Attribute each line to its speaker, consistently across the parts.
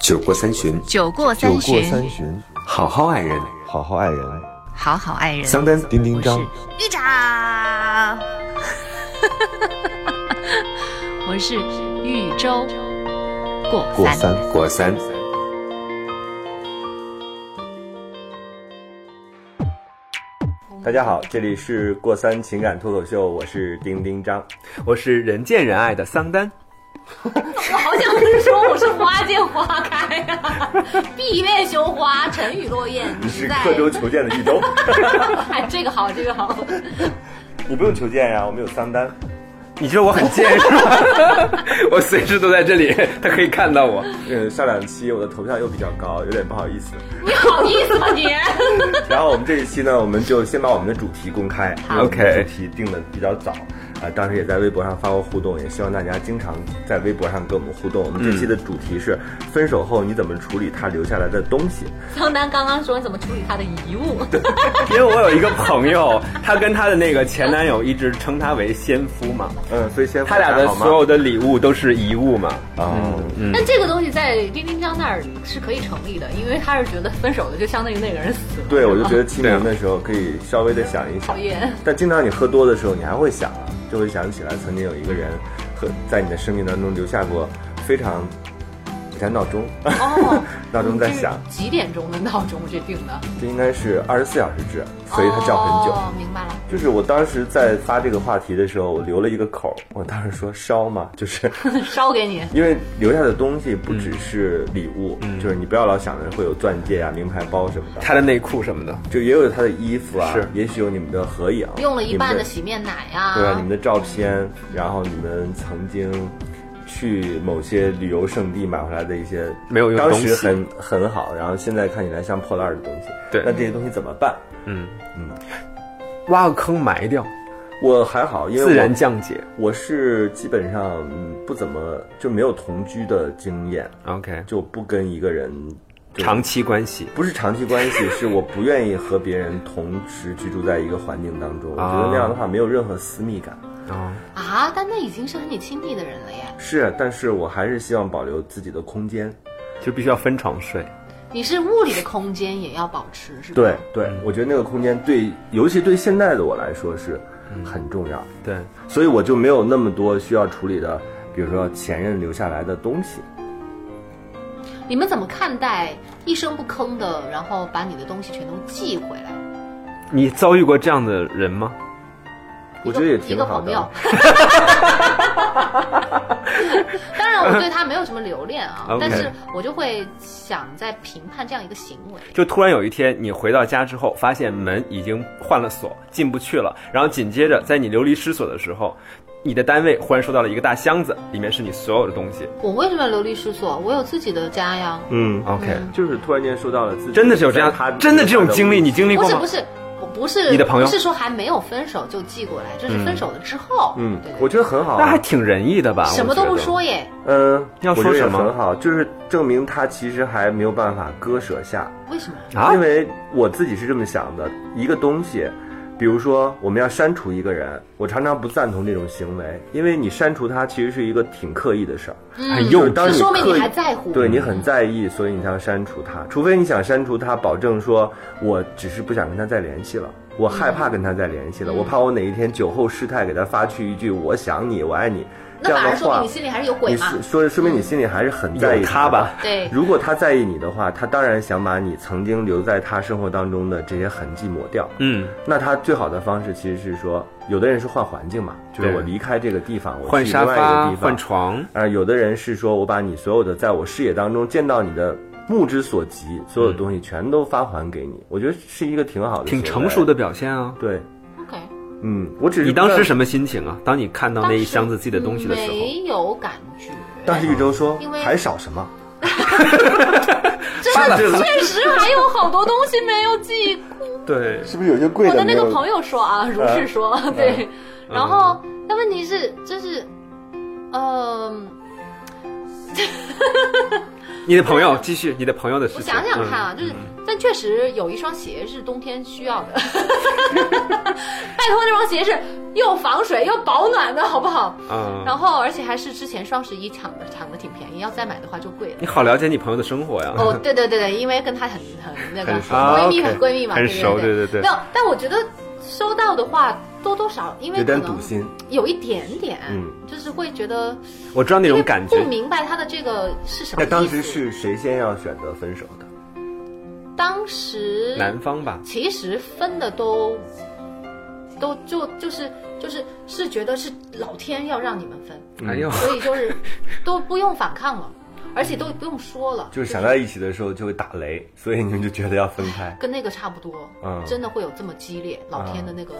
Speaker 1: 酒过三巡，
Speaker 2: 酒过
Speaker 3: 酒
Speaker 2: 三
Speaker 3: 过
Speaker 2: 巡，
Speaker 3: 三巡，
Speaker 1: 好好爱人。
Speaker 3: 好好爱人。
Speaker 2: 好好爱人。
Speaker 1: 桑丹，
Speaker 3: 丁丁张，
Speaker 2: 绿茶，我是豫 州过
Speaker 3: 过
Speaker 2: 三。
Speaker 3: 三。
Speaker 1: 果三，
Speaker 4: 大家好，这里是过三情感脱口秀，我是丁丁张。
Speaker 1: 我是人见人爱的桑丹。
Speaker 5: 我好想跟你说，我是花见花开呀、 闭月羞花，沉鱼落雁。
Speaker 4: 你是
Speaker 5: 在
Speaker 4: 刻舟求剑的豫州，
Speaker 5: 哎，这个好，这个好。
Speaker 4: 你不用求剑呀、我们有桑丹。
Speaker 1: 你觉得我很贱是 吧？我随时都在这里，他可以看到我。
Speaker 4: 呃，上两期我的投票又比较高，有点不好意思。
Speaker 5: 你好意思吗你？
Speaker 4: 然后我们这一期呢，我们就先把我们的主题公开因为我们
Speaker 1: OK
Speaker 4: 主题定的比较早，啊、当时也在微博上发过互动，也希望大家经常在微博上跟我们互动。我们这期的主题是
Speaker 6: 嗯
Speaker 4: 分手后你怎么处理他留下来的东西。
Speaker 5: 桑丹刚刚说你怎么处理他的遗物，
Speaker 6: 因为我有一个朋友，她跟她的那个前男友一直称她为先夫嘛，
Speaker 4: 嗯，所以先
Speaker 6: 他俩的
Speaker 4: 好吗
Speaker 6: 所有嗯的礼物都是遗物嘛。
Speaker 4: 啊、
Speaker 5: 但这个东西在丁丁张那儿是可以成立的，因为他是觉得分手的就相当于那个人死了。
Speaker 4: 对我就觉得清
Speaker 6: 对
Speaker 4: 明
Speaker 6: 啊
Speaker 4: 的时候可以稍微的想一想
Speaker 5: 讨。厌。
Speaker 4: 但经常你喝多的时候，你还会想啊，就会想起来曾经有一个人和在你的生命当中留下过非常，你看闹钟，
Speaker 5: 哦，
Speaker 4: 闹钟在响，
Speaker 5: 这是几点钟的闹钟是定的？
Speaker 4: 这应该是二十四小时制，所以它叫很久。
Speaker 5: 哦，明白了。
Speaker 4: 就是我当时在发这个话题的时候，我留了一个口儿，我当时说烧嘛， 就是
Speaker 5: 烧给你。
Speaker 4: 因为留下的东西不
Speaker 5: 嗯
Speaker 4: 只是礼物，就是你不要老想着会有钻戒啊、名牌包什么的，
Speaker 6: 她的内裤什么的，
Speaker 4: 就也有他的衣服啊，
Speaker 6: 是
Speaker 4: 也许有你们的合影，
Speaker 5: 用了一半
Speaker 4: 你们
Speaker 5: 的洗面奶啊，
Speaker 4: 对啊，你们的照片，然后你们曾经去某些旅游胜地买回来的一些
Speaker 6: 没有用的
Speaker 4: 当
Speaker 6: 东西
Speaker 4: 时很很好，然后现在看起来像破烂儿的东西。
Speaker 6: 对
Speaker 4: 那这些东西怎么办？
Speaker 6: 挖个坑埋掉，
Speaker 4: 我还好，因为我
Speaker 6: 自然降解。
Speaker 4: 我是基本上嗯不怎么就没有同居的经验，
Speaker 6: OK，
Speaker 4: 就不跟一个人就
Speaker 6: 长期关系。
Speaker 4: 不是长期关系，是我不愿意和别人同时居住在一个环境当中。我觉得那样的话没有任何私密感。
Speaker 6: 哦，
Speaker 5: 啊，但那已经是和你亲密的人了耶。
Speaker 4: 是，啊但是我还是希望保留自己的空间。
Speaker 6: 就必须要分床睡。
Speaker 5: 你是物理的空间也要保持，是吧？
Speaker 4: 对，对，
Speaker 6: 嗯
Speaker 4: 我觉得那个空间对，尤其对现在的我来说是很重要，
Speaker 6: 对，
Speaker 4: 所以我就没有那么多需要处理的，比如说前任留下来的东西。
Speaker 5: 你们怎么看待一声不吭的，然后把你的东西全都寄回来？
Speaker 6: 你遭遇过这样的人吗？
Speaker 4: 我觉得也
Speaker 5: 一
Speaker 4: 挺
Speaker 5: 个
Speaker 4: 好
Speaker 5: 朋
Speaker 4: 的。
Speaker 5: 友。当然，我对他没有什么留恋啊
Speaker 6: OK
Speaker 5: 但是我就会想在评判这样一个行为。
Speaker 6: 就突然有一天，你回到家之后，发现门已经换了锁，进不去了。然后紧接着，在你流离失所的时候，你的单位忽然收到了一个大箱子，里面是你所有的东西。
Speaker 5: 我为什么要流离失所？我有自己的家呀。
Speaker 4: 嗯，
Speaker 6: OK，
Speaker 4: 就是突然间收到了自己
Speaker 6: 真的是有这样
Speaker 4: 在他，
Speaker 6: 真的这种经历你经历
Speaker 5: 不
Speaker 6: 过
Speaker 5: 是
Speaker 6: 吗？
Speaker 5: 不是，我不是
Speaker 6: 你的朋友
Speaker 5: 不是说还没有分手就寄过来，这是分手了之后。
Speaker 4: 嗯
Speaker 5: 对，对
Speaker 4: 我觉得很好
Speaker 6: 那
Speaker 4: 啊
Speaker 6: 还。挺仁义的吧？
Speaker 5: 什么都不
Speaker 6: 我觉得。
Speaker 5: 说耶。
Speaker 4: 嗯，
Speaker 6: 要说
Speaker 4: 我觉得也
Speaker 6: 什么
Speaker 4: 很好，就是证明他其实还没有办法割舍下，
Speaker 5: 为什么？
Speaker 6: 啊
Speaker 4: 因为我自己是这么想的，一个东西，比如说我们要删除一个人，我常常不赞同这种行为，因为你删除他其实是一个挺刻意的事儿。
Speaker 6: 很幼
Speaker 4: 哎就是当
Speaker 6: 稚
Speaker 4: 你
Speaker 5: 这嗯说明
Speaker 4: 刻
Speaker 5: 你
Speaker 4: 意
Speaker 5: 还在乎。
Speaker 4: 对你很在意，所以你才要删除他。除非你想删除他，保证说我只是不想跟他再联系了，我害怕跟他再联
Speaker 5: 嗯
Speaker 4: 系了，我怕我哪一天酒后失态给他发去一句我想你，我爱你，这
Speaker 5: 那
Speaker 4: 样
Speaker 5: 反
Speaker 4: 的
Speaker 5: 而说
Speaker 4: 话
Speaker 5: 明你，心里还是有鬼嘛。
Speaker 4: 是说说明你心里还是很在意
Speaker 6: 有他吧
Speaker 4: 的。
Speaker 5: 对，
Speaker 4: 如果他在意你的话，他当然想把你曾经留在他生活当中的这些痕迹抹掉。
Speaker 6: 嗯，
Speaker 4: 那他最好的方式其实是说，有的人是换环境嘛，就是
Speaker 6: 对
Speaker 4: 我离开这个地方，我
Speaker 6: 换
Speaker 4: 去
Speaker 6: 沙
Speaker 4: 另外一个
Speaker 6: 发
Speaker 4: 地，方
Speaker 6: 换，床，
Speaker 4: 呃，有的人是说我把你所有的在我视野当中见到你的目之所及，所有的东西全都发还给你，我觉得是一个挺好的，
Speaker 6: 嗯挺成熟。的表现啊。
Speaker 4: 对，
Speaker 5: OK。
Speaker 4: 嗯，我只是
Speaker 6: 你当时什
Speaker 4: 么？
Speaker 6: 么心情啊？当你看到那一箱子自己的东西的时候，
Speaker 5: 没有感觉。
Speaker 4: 当时宇宙说
Speaker 5: 因为
Speaker 4: 还少什么？
Speaker 5: 真的确实还有好多东西没有寄过。
Speaker 6: 对，
Speaker 4: 是不是有些贵
Speaker 5: 我的
Speaker 4: 没
Speaker 5: 那
Speaker 4: 有
Speaker 5: 个朋友说啊，如是说、对，然后但问题是，就是，嗯、
Speaker 6: 你的朋友继续你的朋友的事
Speaker 5: 我
Speaker 6: 情。
Speaker 5: 想想看
Speaker 6: 嗯
Speaker 5: 啊，就是，但确实有一双鞋是冬天需要的。 拜托，那双鞋是又防水又保暖的，好不好？
Speaker 6: 嗯
Speaker 5: 然后，而且还是之前双十一抢的，抢的挺便宜你要再买的话就 贵了。
Speaker 6: 你好了解你朋友的生活呀。
Speaker 5: 哦，对对对对，因为跟她很很那个
Speaker 6: 很熟
Speaker 5: 闺蜜
Speaker 6: 啊
Speaker 5: 很闺蜜嘛，
Speaker 6: 很熟
Speaker 5: 对
Speaker 6: 对对对
Speaker 5: 没有，但我觉得收到的话多多少，因为
Speaker 4: 有
Speaker 5: 可
Speaker 4: 点
Speaker 5: 能
Speaker 4: 堵心。
Speaker 5: 有一点点，
Speaker 4: 嗯
Speaker 5: 就是会觉得
Speaker 6: 我知道那
Speaker 5: 因为
Speaker 6: 种感觉
Speaker 5: 不，明白他的这个是什么意
Speaker 4: 那
Speaker 5: 思。
Speaker 4: 当时是谁先要选择分手的？
Speaker 5: 当时
Speaker 6: 南方吧，
Speaker 5: 其实分的都都就就是就是是觉得是老天要让你们分，
Speaker 4: 嗯
Speaker 6: 哎呦，
Speaker 5: 所以就是 都不用反抗了，而且都不用说了，
Speaker 4: 嗯就是想在一起的时候就会打雷，所以你们就觉得要分开。
Speaker 5: 跟那个差不多，
Speaker 4: 嗯
Speaker 5: 真的会有这么激烈，老天的那个、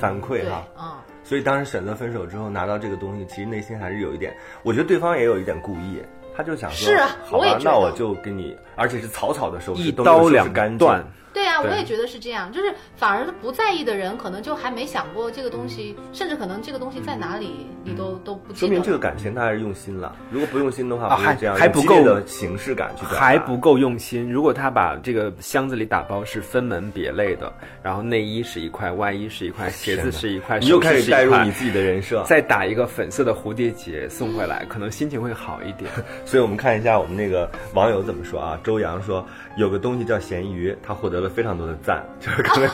Speaker 4: 反馈
Speaker 5: 嗯对
Speaker 4: 哈、
Speaker 5: 啊、
Speaker 4: 所以当时选择分手之后拿到这个东西，其实内心还是有一点，我觉得对方也有一点故意，他就想说，
Speaker 5: 是啊
Speaker 4: 好
Speaker 5: 我也
Speaker 4: 吧，
Speaker 5: 觉得
Speaker 4: 那我就跟你，而且是草草的收拾，
Speaker 6: 一
Speaker 4: 都没有
Speaker 6: 刀
Speaker 4: 收拾
Speaker 6: 两
Speaker 4: 干净
Speaker 6: 断。
Speaker 5: 对啊，
Speaker 4: 对
Speaker 5: 我也觉得是这样，就是反而不在意的人，可能就还没想过这个东西，甚至可能这个东西在哪里，你都都不记
Speaker 4: 嗯说
Speaker 5: 得了。
Speaker 4: 明这个感情他还是用心了，如果不用心的话，
Speaker 6: 啊
Speaker 4: 不会这样
Speaker 6: 还还
Speaker 4: 用
Speaker 6: 不
Speaker 4: 激烈
Speaker 6: 够
Speaker 4: 的形式感去表达
Speaker 6: 还不够用心。如果他把这个箱子里打包是分门别类的，然后内衣是一块，外衣是一块，鞋子是一块，
Speaker 4: 你又
Speaker 6: 首饰
Speaker 4: 开始
Speaker 6: 是一
Speaker 4: 带入
Speaker 6: 块
Speaker 4: 你自己的人设。
Speaker 6: 再打一个粉色的蝴蝶结送回来，可能心情会好一点。
Speaker 4: 所以我们看一下我们那个网友怎么说啊？周洋说有个东西叫咸鱼，他获得了非常多的赞，就是可能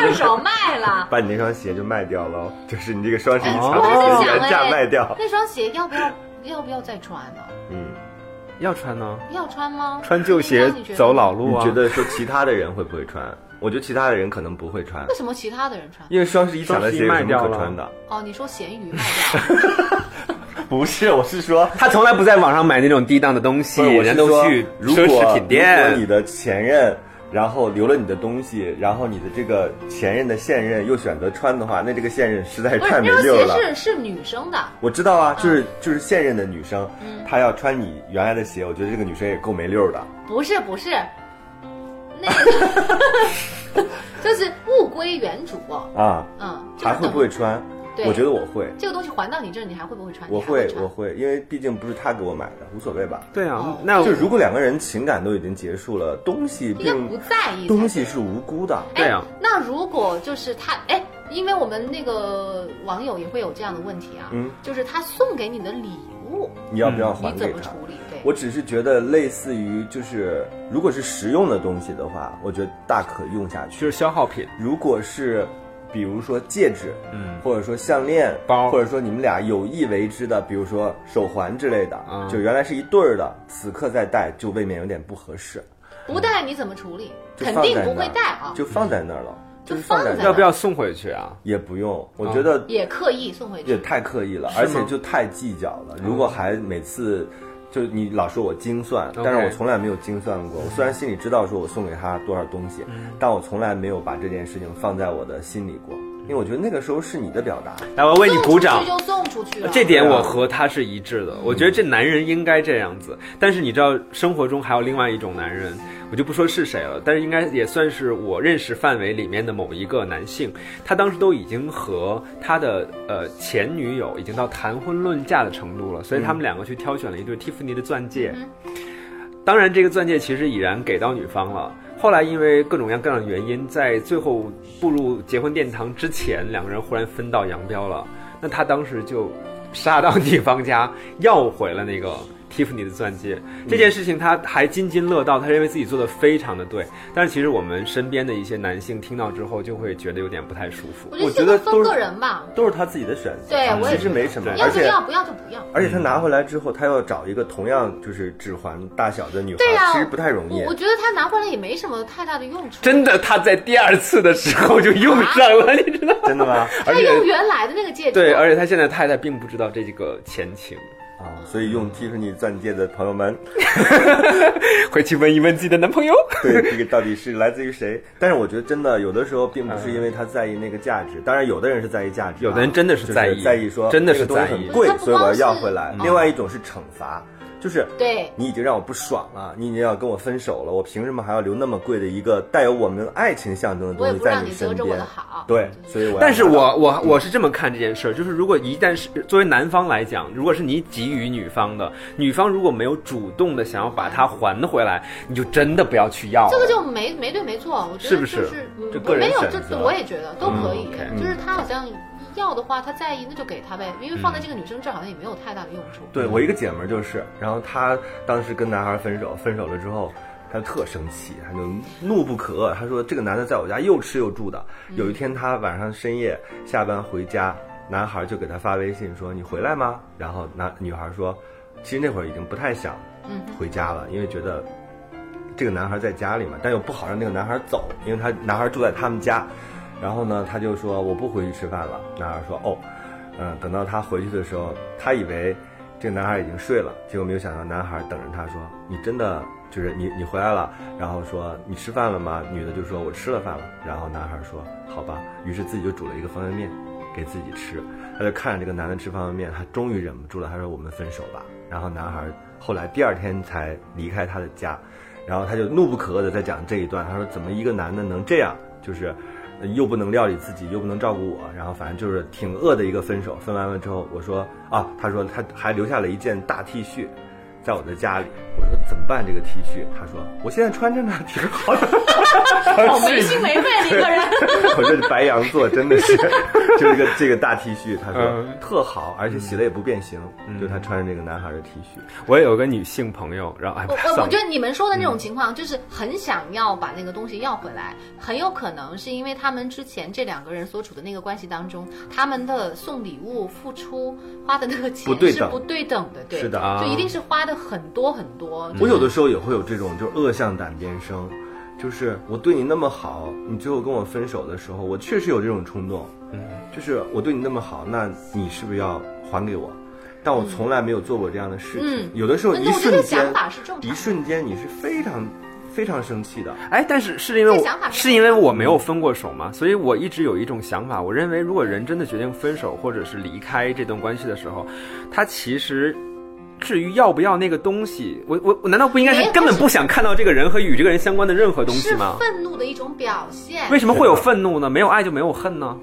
Speaker 5: 二手卖了。
Speaker 4: 把你那双鞋就卖掉了哦， 就是你这个双十一
Speaker 5: 哎
Speaker 4: 抢
Speaker 5: 我还在
Speaker 4: 购
Speaker 5: 想
Speaker 4: 原价
Speaker 5: 哎
Speaker 4: 卖掉。
Speaker 5: 那双鞋要不要要不要再穿呢？
Speaker 4: 嗯，
Speaker 6: 要穿呢，
Speaker 5: 要穿吗？
Speaker 6: 穿旧鞋
Speaker 5: 那你觉得
Speaker 6: 走老路
Speaker 4: 你
Speaker 6: 啊。
Speaker 4: 觉得说其他的人会不会穿？我觉得其他的人可能不会穿
Speaker 5: 为，什么其他的人穿？
Speaker 4: 因为双十一抢的鞋有什么
Speaker 6: 双十一卖掉
Speaker 4: 可
Speaker 6: 了
Speaker 4: 穿的？
Speaker 5: 哦，你说咸鱼卖 掉了？
Speaker 4: 不是，我是说，
Speaker 6: 他从来不在网上买那种低档的东西，
Speaker 4: 不是我
Speaker 6: 人家
Speaker 4: 是
Speaker 6: 都
Speaker 4: 说
Speaker 6: 去，
Speaker 4: 如
Speaker 6: 奢侈品
Speaker 4: 果如果你
Speaker 6: 店。
Speaker 4: 的前任。然后留了你的东西，然后你的这个前任的现任又选择穿的话，那这个现任实在是
Speaker 5: 不是，
Speaker 4: 太没
Speaker 5: 哎那
Speaker 4: 溜
Speaker 5: 双
Speaker 4: 了。
Speaker 5: 鞋是是女生的，
Speaker 4: 我知道啊，就是就是现任的女生，
Speaker 5: 嗯
Speaker 4: 她要穿你原来的鞋，我觉得这个女生也够没溜的。
Speaker 5: 不是不是，那 个就是物归原主。
Speaker 4: 啊，
Speaker 5: 嗯，就是
Speaker 4: 还会不会穿？
Speaker 5: 对
Speaker 4: 我觉得我会，
Speaker 5: 这个东西还到你这儿，你还会不会穿？
Speaker 4: 我
Speaker 5: 你还会
Speaker 4: 会，
Speaker 5: 穿
Speaker 4: 我会，因为毕竟不是他给我买的，无所谓吧。
Speaker 6: 对啊
Speaker 5: 哦，
Speaker 6: 那
Speaker 4: 就如果两个人情感都已经结束了，东西
Speaker 5: 应该不
Speaker 4: 并
Speaker 5: 在意才
Speaker 4: 东西是无辜的，
Speaker 5: 哎
Speaker 6: 对啊
Speaker 5: 那如果就是他哎，因为我们那个网友也会有这样的问题啊，
Speaker 4: 嗯
Speaker 5: 就是他送给你的礼物，
Speaker 4: 你要不要
Speaker 5: 嗯你
Speaker 4: 还
Speaker 5: 怎
Speaker 4: 给
Speaker 5: 么
Speaker 4: 他
Speaker 5: 处？理？对，
Speaker 4: 我只是觉得类似于就是，如果是实用的东西的话，我觉得大可用下
Speaker 6: 就
Speaker 4: 去
Speaker 6: 是。消耗品，
Speaker 4: 如果是比如说戒指，
Speaker 6: 嗯，
Speaker 4: 或者说项链、
Speaker 6: 包
Speaker 4: 或者说你们俩有意为之的，比如说手环之类的，
Speaker 6: 嗯
Speaker 4: 就原来是一对儿的，此刻再戴就未免有点不合适，
Speaker 5: 不带你怎么处理？
Speaker 4: 就
Speaker 5: 肯
Speaker 4: 放
Speaker 5: 定
Speaker 4: 在
Speaker 5: 不
Speaker 4: 那
Speaker 5: 会
Speaker 4: 儿
Speaker 5: 带啊，
Speaker 4: 就放在那儿了，
Speaker 5: 就是
Speaker 4: 放
Speaker 5: 放
Speaker 4: 在
Speaker 5: 在
Speaker 4: 那
Speaker 5: 那
Speaker 4: 儿
Speaker 6: 要
Speaker 5: 儿啊
Speaker 6: 不要送回去啊？
Speaker 4: 也不用，我觉得
Speaker 5: 也刻意送回
Speaker 4: 也
Speaker 5: 去。
Speaker 4: 太刻意了，
Speaker 6: 是吗
Speaker 4: 而且就太计较
Speaker 5: 啊
Speaker 4: 了。如果还每次，就你老说我精算，
Speaker 6: OK
Speaker 4: 但是我从来没有精算过。我虽然心里知道说我送给他多少东西，
Speaker 5: 嗯
Speaker 4: 但我从来没有把这件事情放在我的心里过，因为我觉得那个时候是你的表达。
Speaker 6: 来，我为你鼓掌。
Speaker 5: 送出去就送出去了。
Speaker 6: 这点我和他是一致的，我觉得这男人应该这样子。但是你知道，生活中还有另外一种男人，我就不说是谁了，但是应该也算是我认识范围里面的某一个男性。他当时都已经和他的呃前女友已经到谈婚论嫁的程度了，所以他们两个去挑选了一对蒂芙尼的钻戒。当然，这个钻戒其实已然给到女方了。后来因为各种各样的原因，在最后步入结婚殿堂之前，两个人忽然分道扬镳了。那他当时就杀到女方家要回了那个蒂芙尼的钻戒。这件事情他还津津乐道，他认为自己做的非常的对。但是其实我们身边的一些男性听到之后，就会觉得有点不太舒服。
Speaker 5: 我
Speaker 4: 我觉
Speaker 5: 觉
Speaker 4: 得
Speaker 5: 得
Speaker 4: 都
Speaker 5: 分
Speaker 4: 是
Speaker 5: 个人吧，
Speaker 4: 都是他自己的选择，
Speaker 5: 对我也
Speaker 4: 其实没什么
Speaker 6: 觉，得
Speaker 5: 要
Speaker 4: 而
Speaker 5: 就
Speaker 4: 且
Speaker 5: 要，不要就不要。
Speaker 4: 而且他拿回来之后，他要找一个同样就是指环大小的女孩
Speaker 5: 对呀、，
Speaker 4: 啊其实不太容易
Speaker 5: 我。我觉得他拿回来也没什么太大的用处。
Speaker 6: 真的，他在第二次的时候就用上了，你知道吗？
Speaker 4: 真 的吗？
Speaker 5: 他
Speaker 6: 而且
Speaker 5: 用原来的那个戒指，
Speaker 6: 对，而且他现在太太并不知道这个前情，
Speaker 4: 啊，所以用蒂芙尼钻戒的朋友们，
Speaker 6: 回去问一问自己的男朋友。
Speaker 4: 对这个到底是来自于谁？但是我觉得真的有的时候并不是因为他在意那个价值，当然有的人是在意价值啊，
Speaker 6: 有的人真的
Speaker 4: 就是是
Speaker 6: 在意，
Speaker 4: 在意说
Speaker 6: 真的
Speaker 4: 这
Speaker 6: 是
Speaker 4: 个东西
Speaker 6: 在意
Speaker 4: 很。贵
Speaker 5: 他，不
Speaker 4: 所以我
Speaker 5: 光
Speaker 4: 要要
Speaker 5: 是
Speaker 4: 回来。
Speaker 5: 嗯
Speaker 4: 另外一种是惩罚，就是
Speaker 5: 对
Speaker 4: 你已经让我不爽了，你已经要跟我分手了，我凭什么还要留那么贵的一个带有我们爱情象
Speaker 5: 我
Speaker 4: 征的东
Speaker 5: 也
Speaker 4: 西
Speaker 5: 不
Speaker 4: 在
Speaker 5: 让你
Speaker 4: 身
Speaker 5: 得着我
Speaker 4: 边
Speaker 5: 的？好。
Speaker 4: 对，所以我要
Speaker 6: 但是
Speaker 4: 回来
Speaker 6: 我我我是这么看这件事儿，就是如果一旦是作为男方来讲，如果是你给予女方的，女方如果没有主动的想要把它还回来，你就真的不要去要了。
Speaker 5: 这个就没没对没错，我觉得
Speaker 6: 是不
Speaker 5: 就是是嗯
Speaker 6: 这个人
Speaker 5: 没有，
Speaker 6: 选
Speaker 5: 就
Speaker 6: 择
Speaker 5: 我也觉得都可以
Speaker 6: 嗯，，OK
Speaker 5: 就是他好像要的话，他在意那就给他呗，因为放在这个女生这儿好像也没有太大的用 处。
Speaker 4: 对我一个姐们儿就是，然后她当时跟男孩分手，分手了之后，她就特生气，她就怒不可遏。她说这个男的在我家又吃又住的。有一天她晚上深夜下班回家，男孩就给她发微信说你回来吗？然后那女孩说，其实那会儿已经不太想
Speaker 5: 嗯
Speaker 4: 回家了，因为觉得。这个男孩在家里嘛，但又不好让那个男孩走，因为他男孩住在他们家。然后呢，他就说我不回去吃饭了。男孩说哦，嗯，等到他回去的时候，他以为这个男孩已经睡了，结果没有想到男孩等着他说：“你真的就是你你回来了？”然后说：“你吃饭了吗？”女的就说：“我吃了饭了。”然后男孩说：“好吧。”于是自己就煮了一个方便面给自己吃。他就看着这个男的吃方便面，他终于忍不住了，他说：“我们分手吧。”然后男孩后来第二天才离开他的家，然后他就怒不可遏的在讲这一段，他说：“怎么一个男的能这样？就是。”呃又不能料理自己，又不能照顾我，然后反正就是挺恶的一个分手。分完了之后，我说啊，他说他还留下了一件大 T 恤，在我的家里。我说怎么办这个 T 恤？他说我现在穿着呢，挺好的。
Speaker 5: 好没心没肺的一个人。
Speaker 4: 我这白羊座真的是，就是个这个大 T 恤，他说
Speaker 6: 嗯
Speaker 4: 特好，而且洗了也不变形，就他穿着那个男孩的 T 恤。
Speaker 6: 我也有个女性朋友，然后哎，
Speaker 5: 我呃
Speaker 6: 算
Speaker 5: 我
Speaker 6: 了
Speaker 5: 我觉得你们说的
Speaker 4: 嗯
Speaker 5: 那种情况，就是很想要把那个东西要回来，很有可能是因为他们之前这两个人所处的那个关系当中，他们的送礼物、付出、花的那个钱
Speaker 4: 不对
Speaker 5: 是
Speaker 4: 等
Speaker 5: 不对等的，对，
Speaker 4: 是的嗯
Speaker 6: 啊
Speaker 5: 就一定是花的很多很多。
Speaker 4: 我
Speaker 6: 嗯
Speaker 4: 有的时候也会有这种，就是恶向胆边生，就是我对你那么好，你最后跟我分手的时候，我确实有这种冲动，嗯，就是我对你那么好，那你是不是要还给我？但我从来没有做过这样的事情，
Speaker 5: 嗯
Speaker 4: 有的时候
Speaker 5: 那
Speaker 4: 一
Speaker 5: 我觉得
Speaker 4: 瞬间
Speaker 5: 想，法是正常的
Speaker 4: 一瞬间你是非常非常生气的，
Speaker 6: 哎，但是是因为
Speaker 5: 这
Speaker 6: 我
Speaker 5: 想法是
Speaker 6: 是因为我没有分过手嘛，所以我一直有一种想法，我认为如果人真的决定分手或者是离开这段关系的时候，他其实。至于要不要那个东西，我我我难道不应该
Speaker 5: 没
Speaker 6: 是
Speaker 5: 有
Speaker 6: 根本
Speaker 5: 但是
Speaker 6: 不想看到这个人和与这个人相关的任何东西
Speaker 5: 是
Speaker 6: 吗？
Speaker 5: 愤怒的一种表现。
Speaker 6: 为什么会有愤怒呢？没有爱就没有恨呢？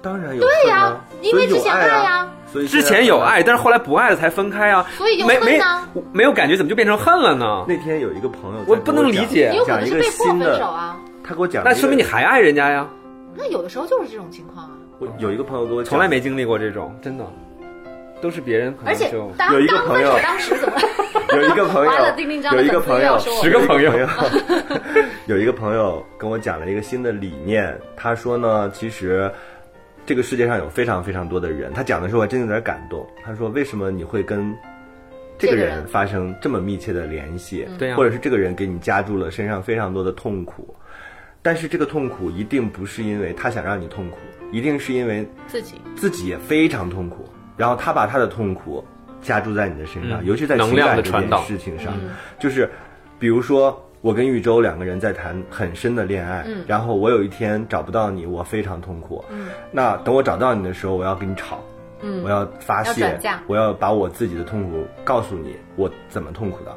Speaker 4: 当然有对
Speaker 5: 呀因为之前
Speaker 4: 爱
Speaker 5: 爱
Speaker 4: 啊
Speaker 5: 呀，
Speaker 4: 所以
Speaker 6: 之
Speaker 4: 现在
Speaker 6: 前有
Speaker 4: 恨啊
Speaker 6: 爱，但是后来不爱了才分开啊。
Speaker 5: 所以有
Speaker 6: 没
Speaker 5: 恨
Speaker 6: 没
Speaker 5: 呢
Speaker 6: 我没有感觉，怎么就变成恨了呢？
Speaker 4: 那天有一个朋友在
Speaker 6: 我
Speaker 4: 跟
Speaker 6: 不能理
Speaker 4: 讲
Speaker 6: 解
Speaker 5: 你有可
Speaker 4: 讲
Speaker 5: 能
Speaker 4: 一
Speaker 5: 是
Speaker 4: 个
Speaker 5: 被迫
Speaker 4: 新
Speaker 5: 分手
Speaker 4: 的，
Speaker 5: 啊，
Speaker 4: 他给我讲一个，
Speaker 6: 那说明你还爱人家呀。
Speaker 5: 那有的时候就是这种情况啊。
Speaker 4: 我有一个朋友给我讲
Speaker 6: 从来没经历过这种，真的，都是别人可
Speaker 5: 而
Speaker 6: 能
Speaker 5: 且
Speaker 6: 就
Speaker 5: 当
Speaker 4: 有一个
Speaker 5: 刚
Speaker 4: 朋
Speaker 5: 分
Speaker 4: 友
Speaker 5: 手当时 怎么？
Speaker 4: 有一个朋友
Speaker 5: 完了丁丁，章
Speaker 4: 有
Speaker 5: 的
Speaker 4: 一个
Speaker 5: 粉丝
Speaker 4: 朋友
Speaker 5: 要，说我
Speaker 6: 十个朋友
Speaker 4: 有一个朋友， 有一个朋友跟我讲了一个新的理念，他说呢，其实。这个世界上有非常非常多的人，他讲的时候我还真有点感动。他说：“为什么你会跟这个
Speaker 5: 这个
Speaker 4: 人
Speaker 5: 人
Speaker 4: 发生这么密切的联系？
Speaker 6: 对呀
Speaker 4: 或者是这个人给你加注了身上非常多的痛苦，但是这个痛苦一定不是因为他想让你痛苦，一定是因为
Speaker 5: 自己
Speaker 4: 自己也非常痛苦，然后他把他的痛苦加注在你的身
Speaker 6: 嗯
Speaker 4: 上，尤其在情
Speaker 6: 能量
Speaker 4: 感
Speaker 6: 的
Speaker 4: 这
Speaker 6: 传导嗯
Speaker 4: 件事情上，就是比如说。我跟玉州两个人在谈很深的恋爱，
Speaker 5: 嗯
Speaker 4: 然后我有一天找不到你，我非常痛苦。
Speaker 6: 嗯
Speaker 4: 那等我找到你的时候，我要跟你吵，
Speaker 5: 嗯
Speaker 4: 我要发
Speaker 5: 要
Speaker 4: 泄
Speaker 5: 转嫁，
Speaker 4: 我要把我自己的痛苦告诉你，我怎么痛苦的。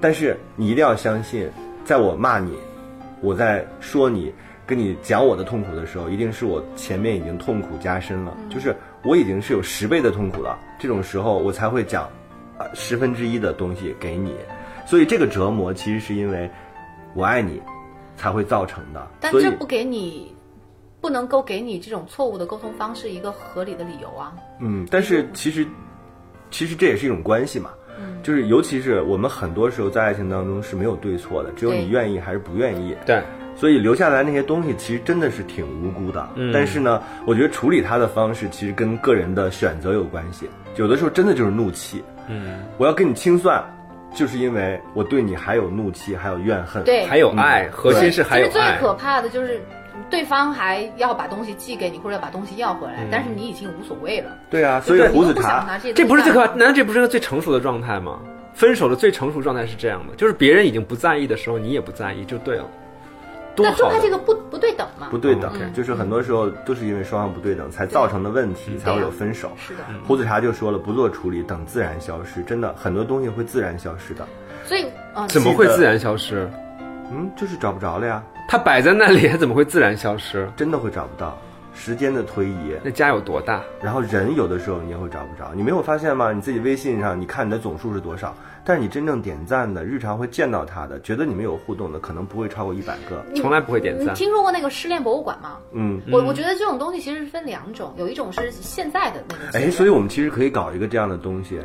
Speaker 4: 但是你一定要相信，在我骂你，我在说你，跟你讲我的痛苦的时候，一定是我前面已经痛苦加深了，
Speaker 5: 嗯
Speaker 4: 就是我已经是有十倍的痛苦了。这种时候，我才会讲，啊、十分之一的东西给你。所以这个折磨其实是因为我爱你才会造成的。
Speaker 5: 但
Speaker 4: 所以
Speaker 5: 这不给你，不能够给你这种错误的沟通方式一个合理的理由啊。
Speaker 4: 嗯，但是其实，其实这也是一种关系嘛。
Speaker 5: 嗯
Speaker 4: 就是，尤其是我们很多时候在爱情当中是没有对错的，只有
Speaker 5: 对
Speaker 4: 你愿意还是不愿意。
Speaker 6: 对，
Speaker 4: 所以留下来那些东西其实真的是挺无辜的。
Speaker 6: 嗯
Speaker 4: 但是呢，我觉得处理它的方式其实跟个人的选择有关系。有的时候真的就是怒气，
Speaker 6: 嗯，
Speaker 4: 我要跟你清算，就是因为我对你还有怒气，还有怨恨。嗯
Speaker 5: 对，
Speaker 6: 还有爱，核心是还有
Speaker 5: 其实最
Speaker 6: 爱。
Speaker 5: 可怕的就是。对方还要把东西寄给你，或者把东西要回来，但是你已经无所谓了。
Speaker 4: 对啊，嗯所以
Speaker 6: 对
Speaker 4: 胡子
Speaker 5: 不想
Speaker 4: 茶
Speaker 5: 拿这些东西
Speaker 6: 这不是最可怕，
Speaker 5: 干嘛
Speaker 6: 难道这不是个最成熟的状态吗？分手的最成熟状态是这样的，就是别人已经不在意的时候，你也不在意，就对了，多
Speaker 5: 那就
Speaker 6: 好
Speaker 5: 他这
Speaker 6: 的。
Speaker 5: 个不不对等嘛
Speaker 4: 啊不。对等，
Speaker 6: 嗯
Speaker 4: 就是很多时候都是因为双方不对等才造成的问
Speaker 5: 嗯
Speaker 4: 题，才会有分
Speaker 6: 嗯
Speaker 4: 手。
Speaker 5: 是的，
Speaker 4: 胡子茶就说了，不做处理，等自然消失。真的，很多东西会自然消失的。
Speaker 5: 所以，嗯，
Speaker 6: 怎么会自然消失？
Speaker 4: 嗯，就是找不着了呀，
Speaker 6: 它摆在那里，它怎么会自然消失？
Speaker 4: 真的会找不到。时间的推移，
Speaker 6: 那家有多大？
Speaker 4: 然后人有的时候你也会找不着。你没有发现吗？你自己微信上，你看你的总数是多少，但是你真正点赞的，日常会见到他的，觉得你们有互动的，可能不会超过一百个。
Speaker 6: 从来不会点
Speaker 5: 你
Speaker 6: 赞。
Speaker 5: 听说过那个失恋博物馆吗？
Speaker 4: 嗯，
Speaker 5: 我我觉得这种东西其实是分两种，有一种是现在的那个阶
Speaker 4: 哎，
Speaker 5: 段，
Speaker 4: 所以我们其实可以搞一个这样的东西，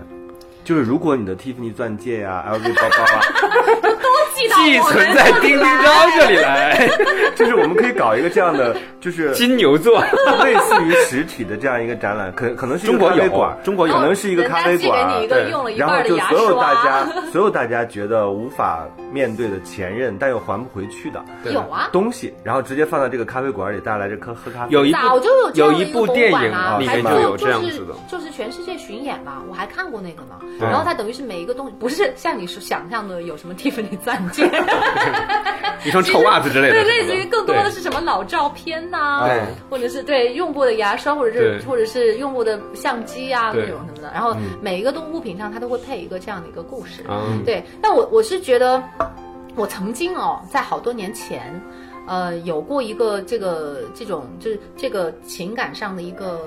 Speaker 4: 就是如果你的 Tiffany 钻戒呀、LV 包包啊，
Speaker 5: 寄到
Speaker 6: 寄
Speaker 5: 我
Speaker 6: 存
Speaker 5: 们
Speaker 6: 在
Speaker 5: 这里
Speaker 6: 丁丁
Speaker 5: 来
Speaker 6: 章这里来，
Speaker 4: 就是我们可以搞一个这样的，就是
Speaker 6: 金牛座。
Speaker 4: 类似于实体的这样一个展览，可可能是一个
Speaker 6: 中国
Speaker 4: 咖啡
Speaker 6: 有
Speaker 4: 馆，
Speaker 6: 中国有
Speaker 4: 可能是一个
Speaker 5: 人家
Speaker 4: 咖啡
Speaker 5: 寄给
Speaker 4: 馆，
Speaker 5: 你一个用了一
Speaker 4: 然后
Speaker 5: 半的
Speaker 4: 就
Speaker 5: 牙
Speaker 4: 所有
Speaker 5: 刷
Speaker 4: 大家所有大家觉得无法面对的前任，但又还不回去的
Speaker 6: 对
Speaker 5: 有啊，
Speaker 4: 东西，然后直接放到这个咖啡馆里，大家来这喝喝咖啡。
Speaker 6: 有一
Speaker 5: 早
Speaker 6: 部
Speaker 5: 就有这样的
Speaker 6: 有一部
Speaker 5: 个博物
Speaker 6: 电
Speaker 5: 馆
Speaker 6: 影
Speaker 5: 啊
Speaker 4: 里
Speaker 5: 还
Speaker 4: 面
Speaker 5: 做
Speaker 4: 就
Speaker 6: 有这样子的
Speaker 5: 就是，就是全世界巡演吧，我还看过那个呢。
Speaker 6: 嗯
Speaker 5: 然后它等于是每一个东西，不是像你是想象的有什么 Tiffany 钻戒，
Speaker 6: 一双臭袜子之类的
Speaker 5: 对，
Speaker 6: 什么的，
Speaker 5: 类似于更多的
Speaker 6: 对
Speaker 5: 是什么老照片呐、
Speaker 4: 对
Speaker 5: 或者是对用过的牙刷，或者是
Speaker 6: 对
Speaker 5: 或者是用过的相机啊，各
Speaker 6: 对
Speaker 5: 种什么的。然后每一个动物品上，它都会配一个这样的一个故事。
Speaker 6: 嗯
Speaker 5: 对，但我我是觉得，我曾经哦，在好多年前，呃，有过一个这个这种就是这个情感上的一个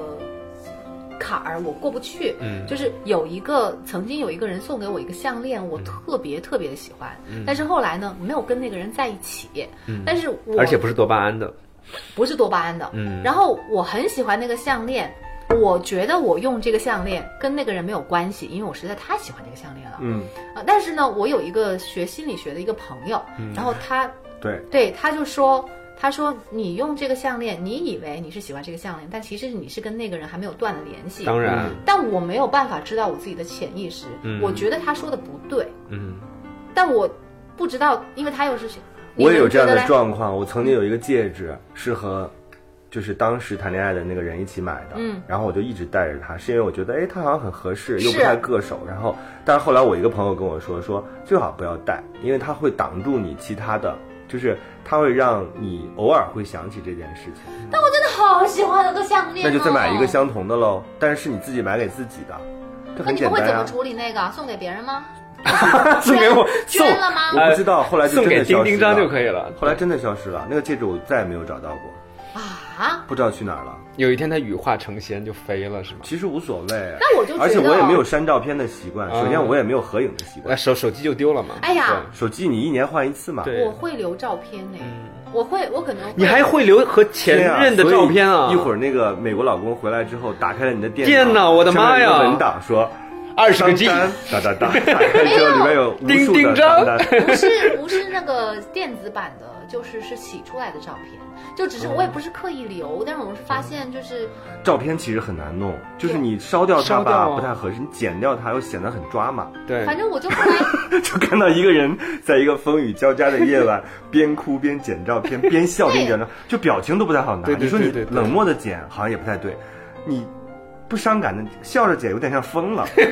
Speaker 5: 坎儿，我过不去。
Speaker 6: 嗯
Speaker 5: 就是有一个曾经有一个人送给我一个项链，
Speaker 6: 嗯
Speaker 5: 我特别特别的喜欢，但是后来呢，没有跟那个人在一起。但是我
Speaker 6: 嗯而且不是多巴胺的，
Speaker 5: 不是多巴胺的。
Speaker 6: 嗯
Speaker 5: 然后我很喜欢那个项链，我觉得我用这个项链跟那个人没有关系，因为我实在太喜欢这个项链了。
Speaker 4: 嗯，
Speaker 5: 呃，但是呢，我有一个学心理学的一个朋友，
Speaker 4: 嗯
Speaker 5: 然后他
Speaker 4: 对，
Speaker 5: 对他就说。他说：“你用这个项链，你以为你是喜欢这个项链，但其实你是跟那个人还没有断了联系。
Speaker 6: 当然，
Speaker 5: 但我没有办法知道我自己的潜意识，
Speaker 6: 嗯
Speaker 5: 我觉得他说的不对，
Speaker 6: 嗯，
Speaker 5: 但我不知道，因为他又是你
Speaker 4: 我也有
Speaker 5: 们
Speaker 4: 这样
Speaker 5: 觉
Speaker 4: 的
Speaker 5: 得嘞
Speaker 4: 状况。我曾经有一个戒指是和，就是当时谈恋爱的那个人一起买的，
Speaker 5: 嗯，
Speaker 4: 然后我就一直戴着它，是因为我觉得，哎，它好像很合适，又不
Speaker 5: 是
Speaker 4: 太硌手。然后，但是后来我一个朋友跟我说，说最好不要戴，因为它会挡住你其他的，就是它会让你偶尔会想起这件事情，
Speaker 5: 好喜欢那个项链、嗯
Speaker 4: 那
Speaker 5: 哦，
Speaker 4: 就再买一个相同的喽。但是是你自己买给自己的，这
Speaker 5: 那
Speaker 4: 很
Speaker 5: 哎你们
Speaker 4: 简
Speaker 5: 会
Speaker 4: 单啊
Speaker 5: 怎
Speaker 4: 呀、
Speaker 5: 么处理那个？送给别人吗？
Speaker 6: 送给我
Speaker 5: 捐
Speaker 6: 送
Speaker 5: 捐了吗？
Speaker 4: 我不知道，后来就
Speaker 6: 送
Speaker 4: 真
Speaker 6: 给
Speaker 4: 的
Speaker 6: 丁
Speaker 4: 消
Speaker 6: 丁
Speaker 4: 失
Speaker 6: 章
Speaker 4: 了。
Speaker 6: 就可以了。
Speaker 4: 后来真的消失了，那个戒指我再也没有找到过，
Speaker 5: 啊，
Speaker 4: 不知道去哪儿了。
Speaker 6: 有一天他羽化成仙就飞了，是吗？
Speaker 4: 其实无所谓，
Speaker 5: 那我就觉得啊
Speaker 4: 而且我也没有删照片的习惯，
Speaker 6: 啊
Speaker 4: 首先我也没有合影的习
Speaker 6: 那
Speaker 4: 惯。
Speaker 6: 哎手手机就丢了嘛？
Speaker 5: 哎呀
Speaker 6: 对，
Speaker 4: 手机你一年换一次嘛，
Speaker 6: 对
Speaker 5: 我会留照片呢、
Speaker 4: 嗯
Speaker 5: 我会，我可能会
Speaker 6: 你还会留和前
Speaker 4: 对啊
Speaker 6: 任的照片
Speaker 4: 所
Speaker 6: 啊？
Speaker 4: 以一会儿那个美国老公回来之后，打开了你的电
Speaker 6: 电脑我的妈呀
Speaker 4: 上面有个文档说
Speaker 6: 二十个
Speaker 4: 张
Speaker 6: G，
Speaker 4: 单哒哒 哒，打开之后里面有无数
Speaker 6: 丁
Speaker 4: 的
Speaker 6: 丁章
Speaker 4: 张单。
Speaker 5: 不是不是那个电子版的，就是是洗出来的照片，就只是我也
Speaker 4: 哦
Speaker 5: 不是刻意留，但是我是
Speaker 4: 嗯
Speaker 5: 发现就是
Speaker 4: 照片其实很难弄，就是你烧掉它
Speaker 6: 烧掉
Speaker 4: 吧
Speaker 6: 啊
Speaker 4: 不太合适，你剪掉它又显得很抓马。
Speaker 6: 对，
Speaker 5: 反正我就后来
Speaker 4: 就看到一个人在一个风雨交加的 夜晚，边哭边剪照片，边笑边剪照，就表情都不太好拿。
Speaker 6: 对对
Speaker 4: 你说
Speaker 6: 对对
Speaker 4: 你
Speaker 6: 对
Speaker 4: 冷漠的剪好像也不太对，你不伤感的笑着剪有点像 疯了，
Speaker 5: 对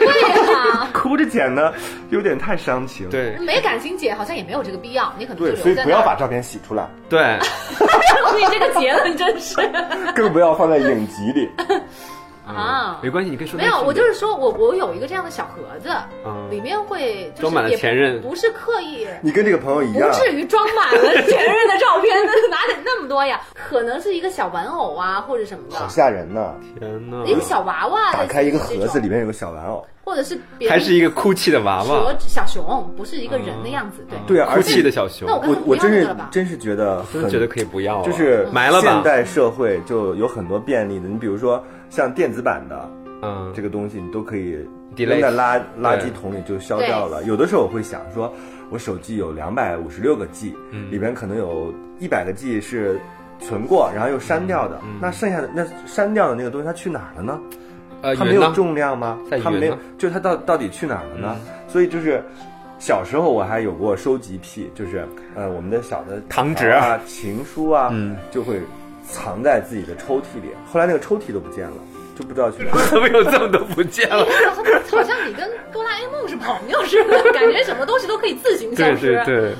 Speaker 5: 啊，
Speaker 4: 哭着剪呢有点太伤情。
Speaker 6: 对
Speaker 5: 没感情姐好像也没有这个必要，你可能就
Speaker 4: 对，
Speaker 5: 留
Speaker 4: 所以
Speaker 5: 在
Speaker 4: 不要
Speaker 5: 那
Speaker 4: 把
Speaker 5: 儿。
Speaker 4: 照片洗出来，
Speaker 6: 对，
Speaker 5: 你这个结论真是
Speaker 4: 更不要放在影集 里。
Speaker 5: 啊
Speaker 6: 嗯没关系，你可以说
Speaker 5: 没有，我就是是说我我有一个这样的小盒子，
Speaker 6: 嗯
Speaker 5: 里面会就是
Speaker 6: 装满了
Speaker 5: 也
Speaker 6: 前任
Speaker 5: 不是刻意。
Speaker 4: 你跟这个朋友一
Speaker 5: 不
Speaker 4: 样，
Speaker 5: 至于装满了前任的照片， 那哪得那么多呀？可能是一个小玩偶啊，或者什么的
Speaker 4: 好，吓人呐！
Speaker 6: 天呐，
Speaker 5: 一个小娃娃。
Speaker 4: 打开一个盒子，里
Speaker 5: 面，
Speaker 4: 面有个小玩偶。
Speaker 5: 或者是别人
Speaker 6: 还是一个哭泣的娃娃
Speaker 5: 蛇，小熊，不是一个人
Speaker 6: 嗯
Speaker 5: 的样子，对。
Speaker 4: 对啊，
Speaker 6: 哭
Speaker 4: 而
Speaker 6: 泣的
Speaker 4: 且
Speaker 6: 小熊
Speaker 5: 那，我刚才
Speaker 4: 我
Speaker 5: 不
Speaker 4: 我
Speaker 5: 要
Speaker 4: 真
Speaker 5: 那个
Speaker 4: 是
Speaker 5: 了吧
Speaker 4: 真是觉得很
Speaker 6: 真的觉得可以不要了，啊
Speaker 4: 就是
Speaker 6: 埋了吧
Speaker 4: 现，代社会就有很多便利的，你比如说像电子版的
Speaker 6: 嗯
Speaker 4: 这，个东西，你都可以
Speaker 6: Delete
Speaker 4: 扔在垃垃圾桶里就消掉了。有的时候我会想说，我手机有两百五十六个 G，、里
Speaker 6: 嗯
Speaker 4: 边可能有一百个 G 是存过，然后又删掉
Speaker 6: 嗯
Speaker 4: 的。那剩下的那删掉的那个东西，它去哪儿了呢？
Speaker 6: 呃，
Speaker 4: 它没有
Speaker 6: 云呢
Speaker 4: 重量吗
Speaker 6: 在？
Speaker 4: 它
Speaker 6: 云
Speaker 4: 没有
Speaker 6: 呢，嗯
Speaker 4: 就它到到底去哪儿了呢？所以就是小时候我还有过收集癖，就是呃我们的小的
Speaker 6: 糖纸啊嗯
Speaker 4: 啊、情书啊，就会藏在自己的抽屉里。后来那个抽屉都不见了，就不知道去哪儿了。
Speaker 6: 怎么有这么多不见 了？
Speaker 5: 好像你跟哆啦 A 梦是朋友似的，感觉什么东西都可以自行消
Speaker 6: 对
Speaker 5: 失。
Speaker 6: 对对，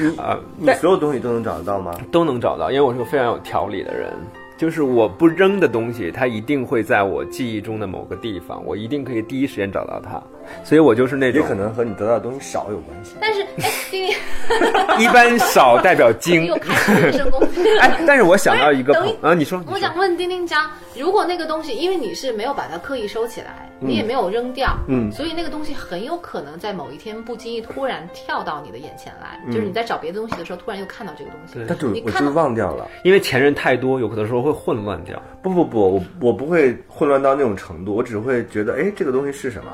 Speaker 4: 你
Speaker 6: 啊，
Speaker 4: 你所有东西都能找得到吗？
Speaker 6: 都能找到，因为我是个非常有条理的人。就是我不扔的东西，它一定会在我记忆中的某个地方，我一定可以第一时间找到它。所以我就是那
Speaker 4: 也
Speaker 6: 种
Speaker 4: 可能和你得到的东西少有关系。
Speaker 5: 但是哎，丁丁
Speaker 6: 一般少代表精
Speaker 5: 又。开始人身攻击。
Speaker 6: 哎，但是我想到一 个
Speaker 5: 等
Speaker 6: 朋
Speaker 5: 于
Speaker 6: 啊，你说，你
Speaker 5: 我
Speaker 6: 说
Speaker 5: 想问丁丁张，如果那个东西，因为你是没有把它刻意收起来，你也没有扔掉，
Speaker 4: 嗯
Speaker 5: 所以那个东西很有可能在某一天不经意突然跳到你的眼前来，
Speaker 6: 嗯
Speaker 5: 就是你在找别的东西的时候，突然又看到这个东西。
Speaker 4: 但就
Speaker 5: 你
Speaker 4: 我就
Speaker 5: 看
Speaker 4: 是
Speaker 5: 到
Speaker 4: 忘掉了。
Speaker 6: 因为前任太多，有的时候会混乱掉。
Speaker 4: 不不不，我我不会混乱到那种程度，我只会觉得，哎，这个东西是什么？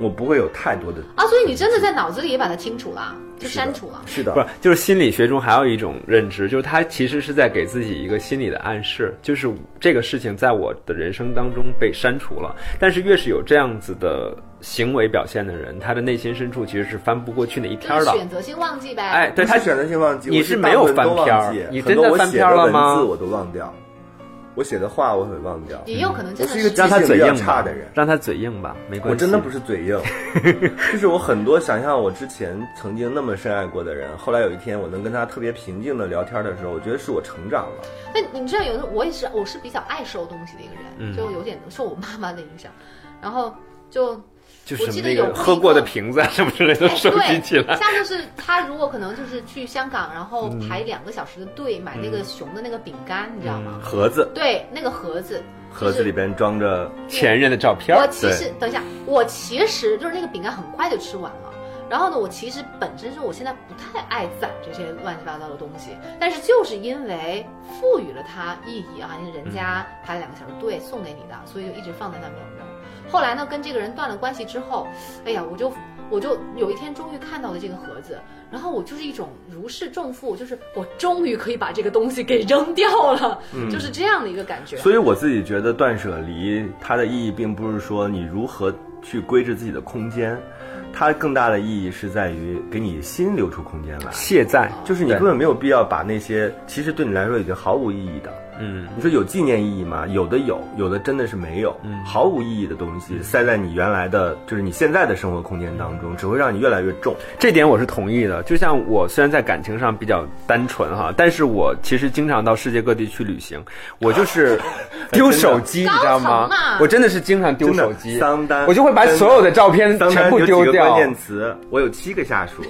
Speaker 4: 我不会有太多的，
Speaker 5: 啊，所以你真的在脑子里也把它清除了，啊就删除了。
Speaker 4: 是的，
Speaker 6: 不是，就是心理学中还有一种认知，就是他其实是在给自己一个心理的暗示，就是这个事情在我的人生当中被删除了。但是越是有这样子的行为表现的人，他的内心深处其实是翻不过去那一篇
Speaker 5: 就
Speaker 6: 儿
Speaker 5: 是
Speaker 6: 的。
Speaker 5: 选择性忘记呗。
Speaker 6: 哎，对
Speaker 4: 他
Speaker 6: 他
Speaker 4: 选择性忘记，
Speaker 6: 你
Speaker 4: 我
Speaker 6: 是
Speaker 4: 是
Speaker 6: 没有
Speaker 4: 大部分都
Speaker 6: 翻篇
Speaker 4: 忘
Speaker 6: 儿
Speaker 4: 记
Speaker 6: 你
Speaker 4: 很
Speaker 6: 真
Speaker 4: 多
Speaker 6: 的
Speaker 4: 我
Speaker 6: 翻
Speaker 4: 写
Speaker 6: 篇
Speaker 4: 的
Speaker 6: 儿了
Speaker 4: 文
Speaker 6: 吗
Speaker 4: 字我都忘掉，我写的话我会忘掉。
Speaker 5: 也有可能
Speaker 4: 我
Speaker 5: 真的
Speaker 4: 是一个
Speaker 5: 是
Speaker 4: 记
Speaker 6: 让他
Speaker 4: 性比
Speaker 6: 嘴
Speaker 4: 较
Speaker 6: 硬
Speaker 4: 差
Speaker 6: 吧
Speaker 4: 的人，。
Speaker 6: 让他嘴硬吧，没关系。
Speaker 4: 我真的不是嘴硬，就是我很多想象我之前曾经那么深爱过的人，后来有一天我能跟他特别平静的聊天的时候，我觉得是我成长了。
Speaker 5: 那你知道，有的时候我也是，我是比较爱收东西的一个人，
Speaker 6: 嗯
Speaker 5: 就有点受我妈妈的影响，然后就
Speaker 6: 就是
Speaker 5: 我记得
Speaker 6: 那个
Speaker 5: 有过
Speaker 6: 喝
Speaker 5: 一
Speaker 6: 过
Speaker 5: 个
Speaker 6: 的瓶子啊什么之类的
Speaker 5: 哎
Speaker 6: 收集
Speaker 5: 对，
Speaker 6: 起来。嗯
Speaker 5: 像就是他如果可能就是去香港，然后排两个小时的队买那个熊的那个饼干，你知道
Speaker 6: 嗯
Speaker 5: 吗？
Speaker 4: 盒子，
Speaker 5: 对，那个盒子，
Speaker 4: 盒子里。边装着，
Speaker 6: 前任的照片儿，
Speaker 5: 我其
Speaker 6: 对
Speaker 5: 实等一下，我其实就是那个饼干很快就吃完了。然后呢，我其实本身是我现在不太爱攒这些乱七八糟的东西，但是就是因为赋予了它意义啊，因为人
Speaker 4: 嗯
Speaker 5: 家排了两个小时队送给你的，所以就一直放在那没有扔。后来呢，跟这个人断了关系之后，哎呀，我就我就有一天终于看到了这个盒子，然后我就是一种如释重负，就是我终于可以把这个东西给扔掉了，就是这样的一个感觉。
Speaker 4: 嗯所以我自己觉得断舍离它的意义并不是说你如何去规制自己的空间，它更大的意义是在于给你心留出空间来。
Speaker 6: 卸载，
Speaker 4: 就是你
Speaker 6: 对
Speaker 4: 根本没有必要把那些其实对你来说已经毫无意义的，
Speaker 6: 嗯，
Speaker 4: 你说有纪念意义吗？有的有，有的真的是没有，
Speaker 6: 嗯
Speaker 4: 毫无意义的东西塞在你原来的，就是你现在的生活空间当中，只会让你越来越重。
Speaker 6: 这点我是同意的。就像我虽然在感情上比较单纯哈，但是我其实经常到世界各地去旅行，我就是 丢手机，你知道吗
Speaker 5: 高层啊？
Speaker 6: 我真的是经常丢
Speaker 4: 真的
Speaker 6: 手机，
Speaker 4: 桑丹
Speaker 6: 我就会把所有的照片
Speaker 4: 当
Speaker 6: 全
Speaker 4: 然
Speaker 6: 部
Speaker 4: 有
Speaker 6: 丢
Speaker 4: 几个
Speaker 6: 掉
Speaker 4: 关。键词，我有七个下属，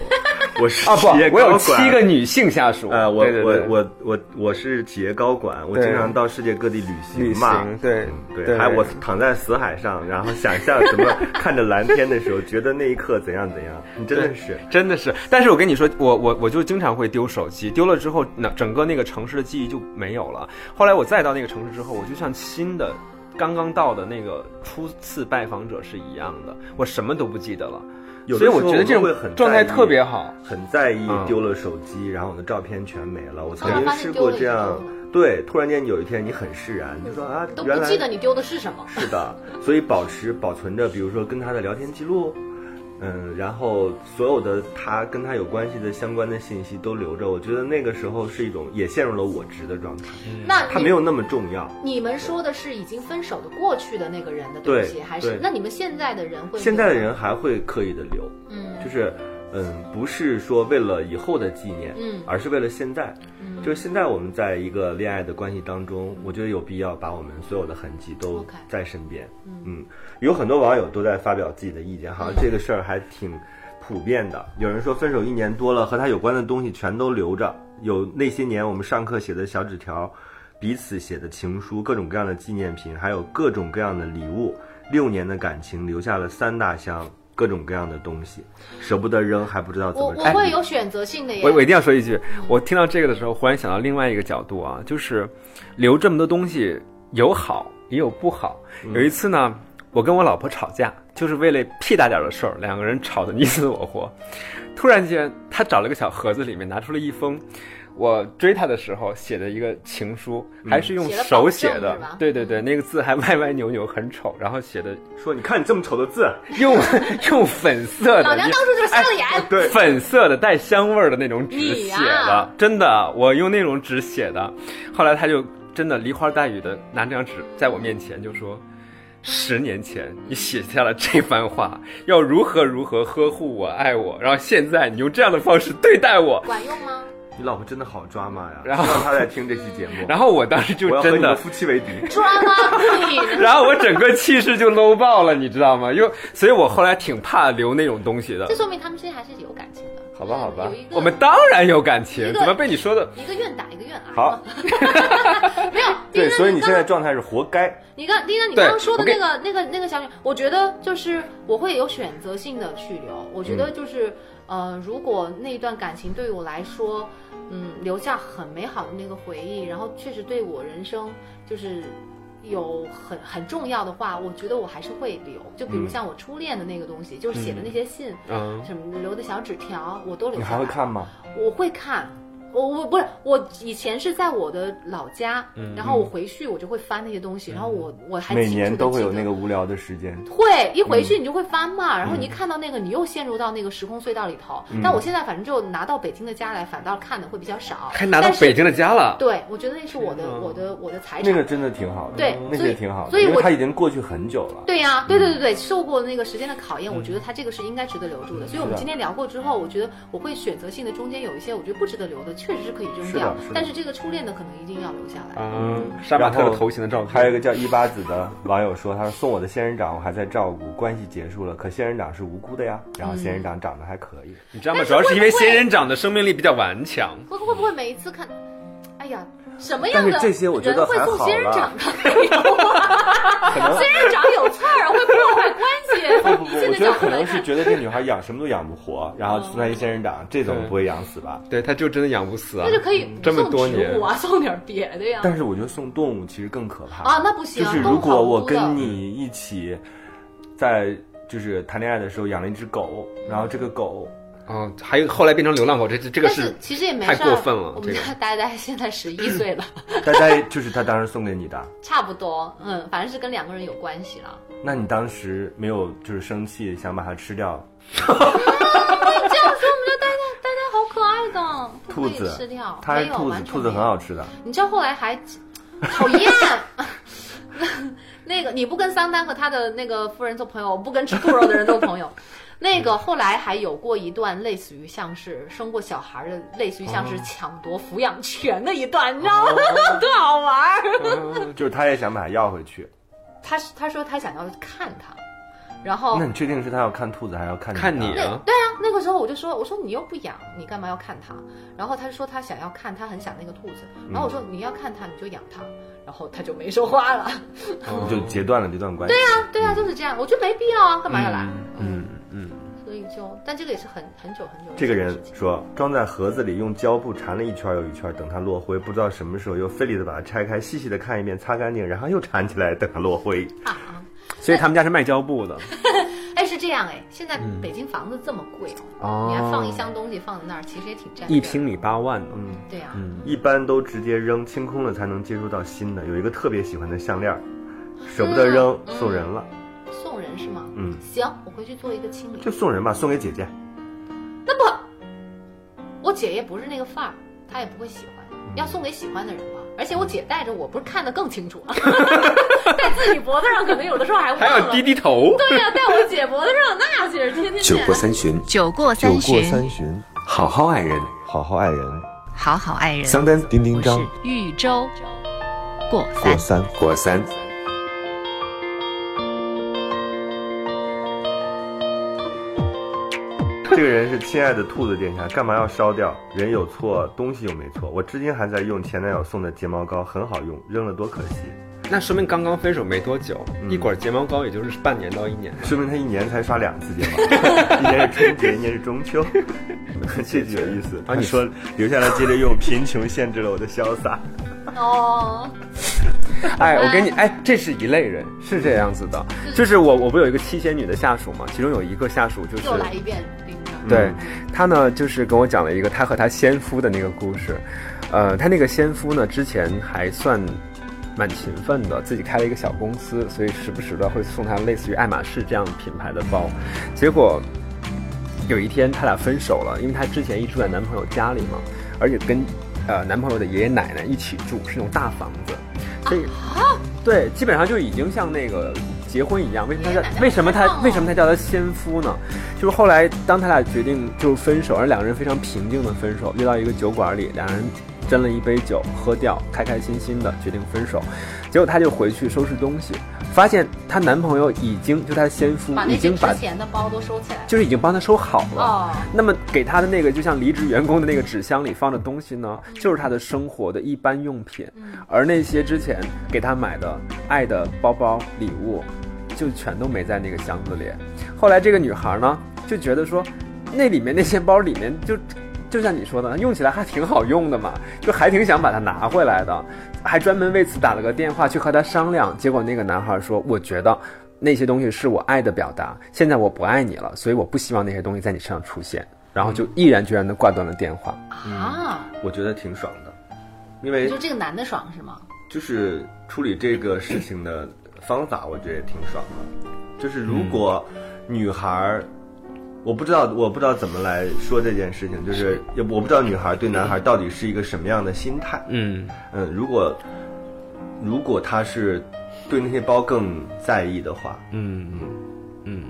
Speaker 4: 我是
Speaker 6: 啊不
Speaker 4: 企业，
Speaker 6: 我有
Speaker 4: 高
Speaker 6: 七
Speaker 4: 管
Speaker 6: 个。女性下属。
Speaker 4: 呃，我
Speaker 6: 对对对
Speaker 4: 我我我我是企业高管，我
Speaker 6: 对
Speaker 4: 经常到世界各地旅
Speaker 6: 旅
Speaker 4: 行嘛。嗯
Speaker 6: 行，对
Speaker 4: 对，还我躺在死海上，然后想象什么看着蓝天的时候，觉得那一刻怎样怎样，你真的
Speaker 6: 对
Speaker 4: 是。
Speaker 6: 真的是，但是我跟你说，我我我就经常会丢手机，丢了之后，那整个那个城市的记忆就没有了。后来我再到那个城市之后，我就像新的。刚刚到的那个初次拜访者是一样的，我什么都不记得了，
Speaker 4: 有
Speaker 6: 所
Speaker 4: 的
Speaker 6: 以
Speaker 4: 时候
Speaker 6: 我觉得这
Speaker 4: 我们会
Speaker 6: 种
Speaker 4: 很
Speaker 6: 状态
Speaker 4: 在意
Speaker 6: 特别好。
Speaker 4: 很在意
Speaker 6: 嗯
Speaker 4: 丢了手机，然后我的照片全没了。我曾
Speaker 5: 哦
Speaker 4: 经
Speaker 5: 发现
Speaker 4: 试
Speaker 5: 丢
Speaker 4: 过
Speaker 5: 了
Speaker 4: 这
Speaker 5: 也
Speaker 4: 样
Speaker 5: 丢了，
Speaker 4: 对，突然间有一天你很释然，你就说啊，
Speaker 5: 都不
Speaker 4: 原来
Speaker 5: 记得你丢的是什么。
Speaker 4: 是的，所以保持保存着，比如说跟他的聊天记录，嗯，然后所有的他跟他有关系的相关的信息都留着。我觉得那个时候是一种也陷入了我执的状态，
Speaker 5: 那
Speaker 4: 他
Speaker 5: 你
Speaker 4: 嗯没有那么重要。
Speaker 5: 你们说的是已经分手的过去的那个人的东西，
Speaker 4: 对
Speaker 5: 还是
Speaker 4: 对
Speaker 5: 那你们现在的人会？
Speaker 4: 现在的，人还会刻意的留，
Speaker 5: 嗯，
Speaker 4: 就是嗯，不是说为了以后的纪念，
Speaker 5: 嗯
Speaker 4: 而是为了现在。
Speaker 5: 嗯
Speaker 4: 就是现在我们在一个恋爱的关系当中，我觉得有必要把我们所有的痕迹都
Speaker 5: OK
Speaker 4: 在身边。嗯，有很多网友都在发表自己的意见，
Speaker 5: 嗯
Speaker 4: 好像这个事儿还挺普遍的。有人说分手一年多了，和他有关的东西全都留着，有那些年我们上课写的小纸条，彼此写的情书，各种各样的纪念品，还有各种各样的礼物。六年的感情留下了三大箱各种各样的东西，舍不得扔，还不知道怎
Speaker 5: 我
Speaker 4: 么
Speaker 5: 我
Speaker 4: 处理
Speaker 5: 会有选择性的耶。
Speaker 6: 我我一定要说一句，我听到这个的时候，忽然想到另外一个角度啊，就是留这么多东西有好也有不好。有一次呢，我跟我老婆吵架，就是为了屁大点儿的事儿，两个人吵得你 死我活。突然间，她找了个小盒子，里面拿出了一封。我追她的时候写的一个情书，还是用
Speaker 5: 嗯写了
Speaker 6: 手
Speaker 5: 保
Speaker 6: 写
Speaker 5: 证
Speaker 6: 的
Speaker 5: 是吧，
Speaker 6: 对对对，那个字还歪歪扭扭，很丑，然后写的
Speaker 4: 说你看你这么丑的字，
Speaker 6: 用 用粉色的，
Speaker 5: 老娘当初就是瞎了眼。
Speaker 4: 对
Speaker 6: 粉色的带香味儿的那种纸写
Speaker 5: 你
Speaker 6: 的，
Speaker 5: 呀
Speaker 6: 真的，我用那种纸写的。后来他就真的梨花带雨的拿那张纸在我面前就说：“十年前你写下了这番话，要 如何如何呵护我、爱我，然后现在你用这样的方式对待我，
Speaker 5: 管用吗？
Speaker 4: 你老婆真的好抓马呀！
Speaker 6: 然后
Speaker 4: 希望她在听这期节 目，
Speaker 6: 然后我当时就
Speaker 4: 我要和
Speaker 6: 真
Speaker 4: 你们
Speaker 6: 的
Speaker 4: 夫妻为敌。
Speaker 5: 抓 吗？你
Speaker 6: 然后我整个气势就 low 爆了，你知道吗？因为所以我后来挺怕留那种东西的
Speaker 5: 这。说明他们之间还是有感情的。
Speaker 4: 好吧好吧
Speaker 5: 有一个
Speaker 6: 我们当然有感情，
Speaker 5: 一个
Speaker 6: 怎么被你说的？
Speaker 5: 一个愿打一个愿挨。
Speaker 4: 好，
Speaker 5: 没有。
Speaker 4: 对，
Speaker 5: 丁
Speaker 4: 所以
Speaker 5: 真
Speaker 4: 你
Speaker 5: 刚
Speaker 4: 现在状态是活该。
Speaker 5: 你刚，丁娜，你
Speaker 6: 对
Speaker 5: 刚刚说的
Speaker 6: 我给
Speaker 5: 那个、那个、那个小女，我觉得就是我会有选择性的去留。我觉得
Speaker 4: 嗯
Speaker 5: 就是，呃，如果那一段感情对于我来说，嗯，留下很美好的那个回忆，然后确实对我人生就是有很很重要的话，我觉得我还是会留。就比如
Speaker 4: 嗯
Speaker 5: 像我初恋的那个东西，就是写的那些信，
Speaker 6: 嗯，
Speaker 5: 什么留的小纸条，我都留
Speaker 4: 你
Speaker 5: 下来。
Speaker 4: 还会看吗？
Speaker 5: 我会看，我我不是我以前是在我的老家，
Speaker 6: 嗯
Speaker 5: 然后我回去我就会翻那些东西，然后我我还
Speaker 4: 每
Speaker 5: 清楚
Speaker 4: 年
Speaker 5: 地
Speaker 4: 都会
Speaker 5: 记
Speaker 4: 有
Speaker 5: 得
Speaker 4: 那个嗯无聊的时间。
Speaker 5: 会一回去你就会翻嘛，然后你一看到那个，你又陷入到那个时空隧道里头。
Speaker 4: 嗯
Speaker 5: 但我现在反正就拿到北京的家来，反倒看的会比较少。
Speaker 6: 还拿到
Speaker 5: 但是
Speaker 6: 北京的家了。
Speaker 5: 对，我觉得那是我的
Speaker 6: 天哪
Speaker 5: 我的我的财
Speaker 4: 那个
Speaker 5: 产。
Speaker 4: 真的挺好的，
Speaker 5: 对
Speaker 4: 那
Speaker 5: 所
Speaker 4: 个
Speaker 5: 以
Speaker 4: 也挺好的，
Speaker 5: 所以
Speaker 4: 因为
Speaker 5: 我
Speaker 4: 它已经过去很久了。
Speaker 5: 对呀、对对对对，受过那个时间的考
Speaker 4: 嗯
Speaker 5: 验，我觉得它这个是应该值得留住的。所以我们今天聊过之后，我觉得我会选择性的中间有一些我觉得不值得留的，确实是可以扔
Speaker 4: 是的
Speaker 5: 掉
Speaker 4: 是的，
Speaker 5: 但是这个初恋的可能一定要留下来。
Speaker 6: 嗯，杀马特的头型的照片，
Speaker 4: 还有一个叫一八子的网友说，他说送我的仙人掌，我还在照顾，关系结束了，可仙人掌是无辜的呀。然后仙人掌长得还可以，
Speaker 5: 嗯
Speaker 6: 你知道吗？主要是因为仙人掌的生命力比较顽强。
Speaker 5: 会会不会每一次看，哎呀，什么
Speaker 4: 嗯但
Speaker 5: 样
Speaker 4: 是
Speaker 5: 的
Speaker 4: 这些我觉得
Speaker 5: 人会
Speaker 4: 还
Speaker 5: 送
Speaker 4: 好
Speaker 5: 仙人
Speaker 4: 啦
Speaker 5: 掌 的？仙人掌有刺儿，啊会破坏关
Speaker 4: 不
Speaker 5: 系。
Speaker 4: 不，
Speaker 5: 现啊在
Speaker 4: 我觉得
Speaker 5: 讲
Speaker 4: 可
Speaker 5: 回
Speaker 4: 能
Speaker 5: 来
Speaker 4: 是
Speaker 5: 看，
Speaker 4: 觉得这女孩养什么都养不活，然后送她一仙人掌，这
Speaker 5: 哦
Speaker 4: 种不会养死吧？
Speaker 5: 嗯
Speaker 6: 对，他就真的养不死啊。
Speaker 5: 那就可以
Speaker 4: 嗯
Speaker 6: 这么
Speaker 5: 送
Speaker 6: 多
Speaker 5: 植
Speaker 6: 年
Speaker 5: 物，啊， 送点别的呀。
Speaker 4: 但是我觉得送动物其实更可怕
Speaker 5: 啊，那不行，
Speaker 4: 就是
Speaker 5: 动
Speaker 4: 如
Speaker 5: 物好
Speaker 4: 果
Speaker 5: 无
Speaker 4: 我
Speaker 5: 辜
Speaker 4: 跟
Speaker 5: 的
Speaker 4: 你一起在就是谈恋爱的时候养了一只狗，然后这 个狗
Speaker 6: 嗯，还有后来变成流浪狗，这这个
Speaker 5: 但
Speaker 6: 是
Speaker 5: 是其实也没
Speaker 6: 太
Speaker 5: 事
Speaker 6: 过
Speaker 5: 儿啊
Speaker 6: 分了
Speaker 5: 我
Speaker 6: 这
Speaker 5: 们
Speaker 6: 个
Speaker 5: 家呆呆现在十一岁了，
Speaker 4: 呆呆就是他当时送给你的，
Speaker 5: 差不多，嗯，反正是跟两个人有关系了。
Speaker 4: 那你当时没有就是生气想把它吃掉？
Speaker 5: 这样说，我们家呆呆呆呆好可爱的，不
Speaker 4: 兔
Speaker 5: 可以
Speaker 4: 子
Speaker 5: 吃掉，
Speaker 4: 它
Speaker 5: 没
Speaker 4: 是
Speaker 5: 有
Speaker 4: 兔子，
Speaker 5: 完全
Speaker 4: 兔子
Speaker 5: 没
Speaker 4: 很
Speaker 5: 有
Speaker 4: 好吃的。
Speaker 5: 你知道后来还讨厌。 那个你不跟桑丹和他的那个夫人做朋友，不跟吃兔肉的人做朋友。 那个后来还有过一段类似于像是生过小孩的，类似于像
Speaker 4: 哦
Speaker 5: 是抢夺抚养权的一段，你知道吗？ 特好玩儿。
Speaker 4: 就是他也想把它要回去。
Speaker 5: 他是他说他想要看他，然后
Speaker 4: 那你确定是他要看兔子，还是要看
Speaker 6: 看你
Speaker 4: 你啊？
Speaker 6: 啊，
Speaker 5: 那个时候我就说，我说你又不养，你干嘛要看它？然后他就说他想要看，他很想那个兔子。
Speaker 4: 嗯
Speaker 5: 然后我说你要看它，你就养它。然后他就没说话 了。
Speaker 4: 你
Speaker 6: 嗯
Speaker 4: 就截断了这段关系。对呀、
Speaker 5: 对啊，就是这样，我觉得没必要啊，干嘛要来？
Speaker 4: 嗯嗯。
Speaker 5: 所以就，但这个也是很很久很久。
Speaker 4: 这个人，说，装在盒子里，用胶布缠了一圈又一圈，等它落灰，不知道什么时候又费力的把它拆开，细细的看一遍，擦干净，然后又缠起来，等它落灰。
Speaker 6: 所以他们家是卖胶布的。
Speaker 5: 啊哎，是这样哎，现在
Speaker 4: 嗯
Speaker 5: 北京房子这么贵
Speaker 6: 哦
Speaker 5: 哦，你还放一箱东西放在那儿，其实也挺占地儿
Speaker 6: 一。平米八万呢，
Speaker 4: 嗯，
Speaker 5: 对啊，
Speaker 4: 一般都直接扔，清空了才能接触到新的。有一个特别喜欢的项链儿，舍不得扔，
Speaker 5: 嗯
Speaker 4: 送人了。
Speaker 5: 送人是吗？
Speaker 4: 嗯，
Speaker 5: 行，我回去做一个清理。
Speaker 4: 就送人吧，送给姐姐。
Speaker 5: 我姐也不是那个范儿，她也不会喜欢，
Speaker 6: 嗯
Speaker 5: 要送给喜欢的人吧。而且我姐戴着我，不是看得更清楚 了，戴自己脖子上可能有的时候还忘
Speaker 6: 还
Speaker 5: 了。
Speaker 6: 要低低头。
Speaker 5: 对呀、戴我姐脖子上那是天天见
Speaker 3: 酒过三巡，
Speaker 2: 酒过三巡，
Speaker 3: 巡，好好爱人，
Speaker 4: 好好爱人，
Speaker 2: 好好爱人。
Speaker 3: 丹丁丁
Speaker 2: 我是豫州过三。
Speaker 3: 三过三。
Speaker 4: 这个人是亲爱的兔子殿下，干嘛要烧掉？人有错，东西又没错。我至今还在用前男友送的睫毛膏，很好用，扔了多可惜。
Speaker 6: 那说明刚刚分手没多久，一管睫毛膏也就是半年到一年。
Speaker 4: 说明他一年才刷两次睫毛，一年是春节，一年是中秋。 这句有意思。
Speaker 6: 啊
Speaker 4: 他
Speaker 6: 你
Speaker 4: 说留下来接着用，贫穷限制了我的潇洒。
Speaker 5: 哦，
Speaker 6: 哎，我跟你哎，这是一类人，是这样子的，就是我我不有一个七仙女的下属嘛，其中有一个下属就是
Speaker 5: 又来一遍冰着。
Speaker 6: 对她呢，就是跟我讲了一个她和她先夫的那个故事，呃，她那个先夫呢之前还算。蛮勤奋的，自己开了一个小公司，所以时不时的会送她类似于爱马仕这样品牌的包。结果有一天他俩分手了，因为她之前一直住在男朋友家里嘛，而且跟呃男朋友的爷爷奶
Speaker 5: 啊
Speaker 6: 奶一起住，是那种大房子，所以、对，基本上就已经像那个结婚一样，为什么他叫
Speaker 5: 天哪
Speaker 6: 为什么
Speaker 5: 太
Speaker 6: 他
Speaker 5: 棒了
Speaker 6: 为什么他叫他先夫呢？就是后来当他俩决定就是分手，而两个人非常平静的分手，约到一个酒馆里，两人斟了一杯酒，喝掉，开开心心的决定分手。结果她就回去收拾东西，发现她男朋友已经就她的先夫
Speaker 5: 把那
Speaker 6: 已
Speaker 5: 些
Speaker 6: 经把
Speaker 5: 值钱的包都收起来了。
Speaker 6: 就是已经帮她收好了。
Speaker 5: 哦，
Speaker 6: 那么给他的那个就像离职员工的那个纸箱里放的东西呢，
Speaker 5: 嗯
Speaker 6: 就是他的生活的一般用品，而那些之前给他买的爱的包包、礼物，就全都没在那个箱子里。后来这个女孩呢，就觉得说，那里面那些包里面就。就像你说的，用起来还挺好用的嘛，就还挺想把它拿回来的，还专门为此打了个电话去和他商量。结果那个男孩说：“我觉得那些东西是我爱的表达，现在我不爱你了，所以我不希望那些东西在你身上出现。”然后就毅然决然的挂断了电话。
Speaker 5: 啊，
Speaker 4: 我觉得挺爽的，
Speaker 5: 你
Speaker 4: 因为
Speaker 5: 说这个男的爽是吗？
Speaker 4: 就是处理这个事情的方法，我觉得也挺爽的。就是如果女孩儿，我不知道我不知道怎么来说这件事情，就是也我不知道女孩儿对男孩儿到底是一个什么样的心态。
Speaker 6: 嗯，
Speaker 4: 嗯，如果如果她是对那些包更在意的话，
Speaker 6: 嗯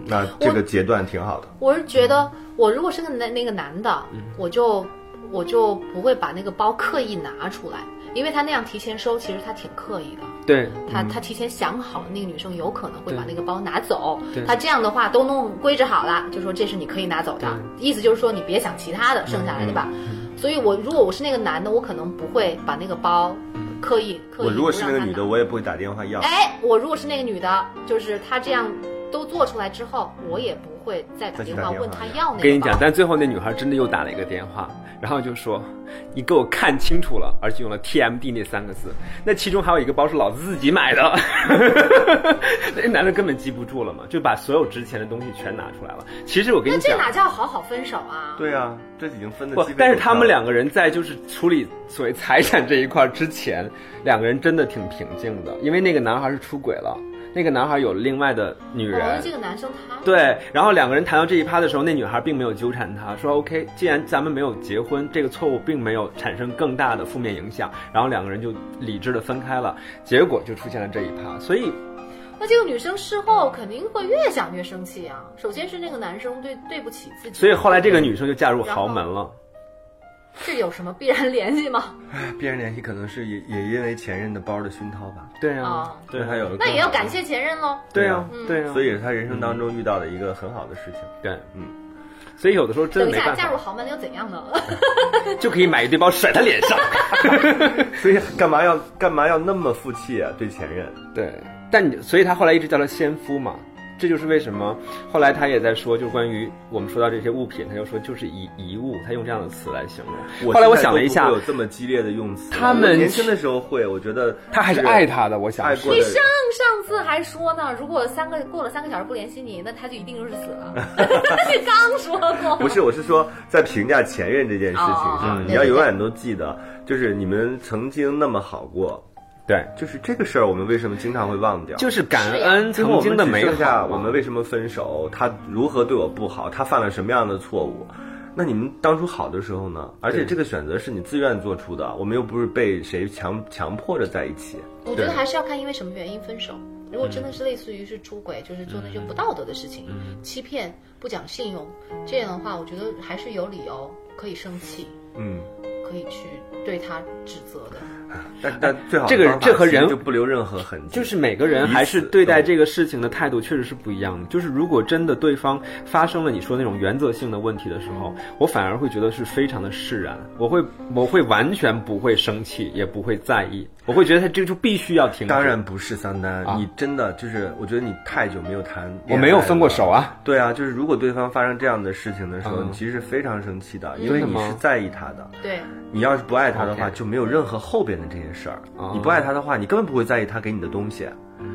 Speaker 4: 那这个阶段挺好的。
Speaker 5: 我是觉得，我如果是个男那个男的，
Speaker 6: 嗯
Speaker 5: 我就我就不会把那个包刻意拿出来，因为他那样提前收，其实他挺刻意的。
Speaker 6: 对，
Speaker 4: 嗯
Speaker 5: 他他提前想好，那个女生有可能会
Speaker 6: 对
Speaker 5: 把那个包拿走
Speaker 6: 对。
Speaker 5: 他这样的话都弄规制好了，就说这是你可以拿走的，
Speaker 4: 嗯
Speaker 5: 意思就是说你别想其他的，剩下来的吧。所以我如果我是那个男的，我可能不会把那个包刻意刻意。
Speaker 4: 我如果是那个女的，
Speaker 5: 我。
Speaker 4: 我也不会打电话要。
Speaker 5: 哎，我如果是那个女的，就是她这样都做出来之后，我也不会再打
Speaker 4: 再去
Speaker 5: 电
Speaker 4: 打
Speaker 5: 话
Speaker 4: 电
Speaker 5: 问
Speaker 4: 话哎
Speaker 5: 她要那个。
Speaker 6: 跟你讲，，但最后那女孩真的又打了一个电话，然后就说：“你给我看清楚了，而且用了 TMD 那三个字。那其中还有一个包是老子自己买的。” 那男的根本记不住了嘛，就把所有值钱的东西全拿出来了。其实我跟
Speaker 5: 那
Speaker 6: 你
Speaker 5: 这
Speaker 6: 讲，
Speaker 5: 哪叫好好分手啊？
Speaker 4: 对啊，这已经分的
Speaker 6: 不
Speaker 4: 鸡飞，
Speaker 6: 但是
Speaker 4: 狗
Speaker 6: 他
Speaker 4: 跳
Speaker 6: 们
Speaker 4: 了
Speaker 6: 两个人在就是处理所谓财产这一块儿之前，两个人真的挺平静的，因为那个男孩是出轨了，那个男孩有另外的女
Speaker 5: 我觉
Speaker 6: 人
Speaker 5: 得这。个男生他
Speaker 6: 对，然后两个人谈到这一趴的时候，那女孩并没有纠缠他，说 OK，既然咱们没有结婚，这个错误并没有产生更大的负面影响，然后两个人就理智的分开了，结果就出现了这一趴，所以
Speaker 5: 那这个女生事后肯定会越想越生气啊。首先是那个男生对对不起自己，
Speaker 6: 所以后来这个女生就嫁入豪门了，
Speaker 5: 这有什么必然联系吗？
Speaker 4: 别人联系可能是也也因为前任的包的熏陶吧，
Speaker 6: 对啊
Speaker 5: 哦，
Speaker 6: 对
Speaker 4: 对
Speaker 6: 啊
Speaker 4: 他有了
Speaker 5: 那也要
Speaker 4: 更好的
Speaker 5: 感谢前任喽。
Speaker 6: 对啊
Speaker 5: 嗯，
Speaker 6: 对啊，
Speaker 4: 所以也是他人生当中遇到的一个很好的事情。
Speaker 6: 对，啊
Speaker 4: 嗯，
Speaker 6: 所以有的时候真
Speaker 5: 等
Speaker 6: 的
Speaker 5: 一
Speaker 6: 没
Speaker 5: 下
Speaker 6: 办
Speaker 5: 嫁入
Speaker 6: 法，
Speaker 5: 豪门又怎样呢？
Speaker 6: 就可以买一堆包甩他脸上。
Speaker 4: 所以干嘛要干嘛要那么负气啊？对前任，
Speaker 6: 对，但你所以他后来一直叫他先夫嘛，这就是为什么后来他也在说，就关于我们说到这些物品，他就说就是遗遗物，他用这样的词来形容。后来我想了一
Speaker 4: 现在
Speaker 6: 下
Speaker 4: 都不，会有这么激烈的用词。
Speaker 6: 他们
Speaker 4: 我年轻的时候会，我觉得
Speaker 6: 他还是爱他的，我想
Speaker 4: 爱
Speaker 6: 是
Speaker 4: 过的人。
Speaker 5: 上次还说呢，如果三个过了三个小时不联系你，那他就一定就是死 了。你刚说过，
Speaker 4: 不是，我是说在评价前任这件事情
Speaker 5: 哦哦
Speaker 4: 上，你要永远都记得，就是你们曾经那么好过，
Speaker 6: 对，
Speaker 4: 就是这个事儿，我们为什么经常会忘掉？
Speaker 6: 就是感恩
Speaker 4: 最后
Speaker 6: 曾
Speaker 4: 我
Speaker 6: 经
Speaker 4: 们
Speaker 6: 的
Speaker 4: 只
Speaker 6: 美
Speaker 4: 剩下
Speaker 6: 好。
Speaker 4: 我们为什么分手？他如何对我不好？他犯了什么样的错误？那你们当初好的时候呢？而且这个选择是你自愿做出的，我们又不是被谁强强迫着在一起。
Speaker 5: 我觉得还是要看因为什么原因分手。如果真的是类似于是出轨，就是做那些不道德的事情、
Speaker 6: 嗯
Speaker 5: 欺骗、不讲信用这样的话，我觉得还是有理由可以生气，
Speaker 4: 嗯，
Speaker 5: 可以去对他指责的。
Speaker 4: 但但最好
Speaker 6: 这
Speaker 4: 的
Speaker 6: 个
Speaker 4: 方法
Speaker 6: 这和
Speaker 4: 其实
Speaker 6: 人
Speaker 4: 就不留任何痕迹，
Speaker 6: 就是每个人还是对
Speaker 4: 嗯
Speaker 6: 待这个事情的态度确实是不一样的。就是如果真的对方发生了你说那种原则性的问题的时候，我反而会觉得是非常的释然，我会我会完全不会生气，也不会在意，我会觉得他这就必须要停止。
Speaker 4: 当然不是桑丹，
Speaker 6: 啊
Speaker 4: 你真的就是，我觉得你太久没有谈恋爱
Speaker 6: 我
Speaker 4: 了，
Speaker 6: 没有分过手啊，
Speaker 4: 对啊，就是如果对方发生这样的事情的时候，
Speaker 6: 嗯
Speaker 4: 你其实非常生气的，因
Speaker 6: 真
Speaker 4: 为
Speaker 6: 的
Speaker 4: 你
Speaker 6: 吗
Speaker 4: 是在意他的。
Speaker 5: 对，
Speaker 4: 你要是不爱他的话
Speaker 6: OK
Speaker 4: 就没有任何后边的这些事儿。
Speaker 6: 哦
Speaker 4: 你不爱他的话，你根本不会在意他给你的东西，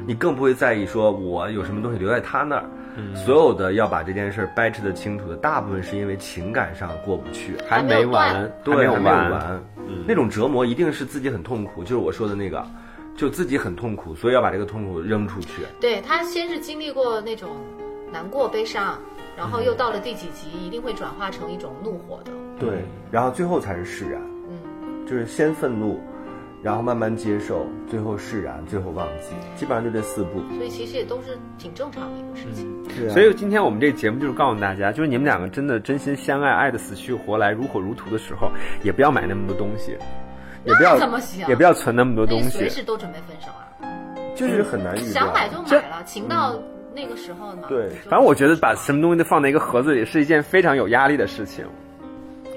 Speaker 4: 你更不会在意说我有什么东西留在他那儿。所有的要把这件事儿掰扯的清楚的，大部分是因为情感上过不去，
Speaker 6: 还没完，
Speaker 4: 对，
Speaker 6: 没有
Speaker 4: 还没有
Speaker 6: 完。啊
Speaker 4: 完。那种折磨一定是自己很痛苦，就是我说的那个，就自己很痛苦，所以要把这个痛苦扔出去。
Speaker 5: 对他先是经历过那种难过、悲伤，然后又到了第几集，一定会转化成一种怒火的。
Speaker 4: 对，然后最后才是释然，
Speaker 5: 嗯，
Speaker 4: 就是先愤怒，然后慢慢接受，最后释然，最后忘记，基本上就这四步。
Speaker 5: 所以其实也都是挺正常的一个事情。
Speaker 4: 是啊
Speaker 6: 所以今天我们这节目就是告诉大家，就是你们两个真的真心相爱，爱的死去活来，如火如荼的时候，也不要买那么多东西，也不要
Speaker 5: 那怎么行
Speaker 6: 也不要存那么多东
Speaker 5: 那哎随
Speaker 6: 西。
Speaker 5: 时都准备分手啊，
Speaker 4: 就是很难预料。
Speaker 5: 想买就买了，情到那个时候嘛。
Speaker 4: 对
Speaker 5: 就
Speaker 6: 反正我觉得把什么东西都放在一个盒子里是一件非常有压力的事情。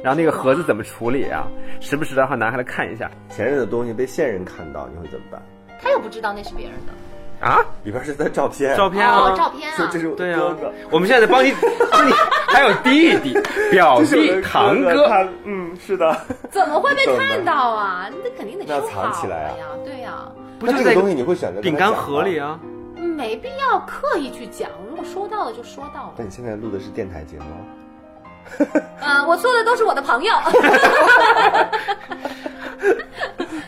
Speaker 6: 然后那个盒子怎么处理啊？时不时的还拿下来看一下
Speaker 4: 前任的东西被现任看到，你会怎么办？
Speaker 5: 他又不知道那是别人的
Speaker 6: 啊，
Speaker 4: 里边是他照片，
Speaker 6: 照片啊，
Speaker 5: 哦，照片
Speaker 4: 说
Speaker 5: 啊
Speaker 4: 这。是我
Speaker 6: 对
Speaker 4: 的
Speaker 6: 啊
Speaker 4: 哥哥，，
Speaker 6: 我们现在在帮你， 帮你还有弟 弟、表
Speaker 4: 这是我
Speaker 6: 弟、
Speaker 4: 的
Speaker 6: 堂
Speaker 4: 哥
Speaker 6: 哥，
Speaker 4: 他嗯，是的。
Speaker 5: 怎么会被看到啊？
Speaker 6: 嗯
Speaker 5: 那肯定得
Speaker 4: 那
Speaker 5: 收好
Speaker 4: 藏起来啊
Speaker 5: 了呀，对呀、
Speaker 6: 不
Speaker 4: 那
Speaker 6: 就
Speaker 4: 这
Speaker 6: 在
Speaker 4: 个东西你会选择跟
Speaker 6: 饼
Speaker 4: 他讲
Speaker 6: 干
Speaker 4: 吗
Speaker 6: 盒里？啊？
Speaker 5: 没必要刻意去讲，如果说到了就说到
Speaker 4: 那
Speaker 5: 了。
Speaker 4: 你现在录的是电台节目啊，
Speaker 5: 嗯，我做的都是我的朋 友，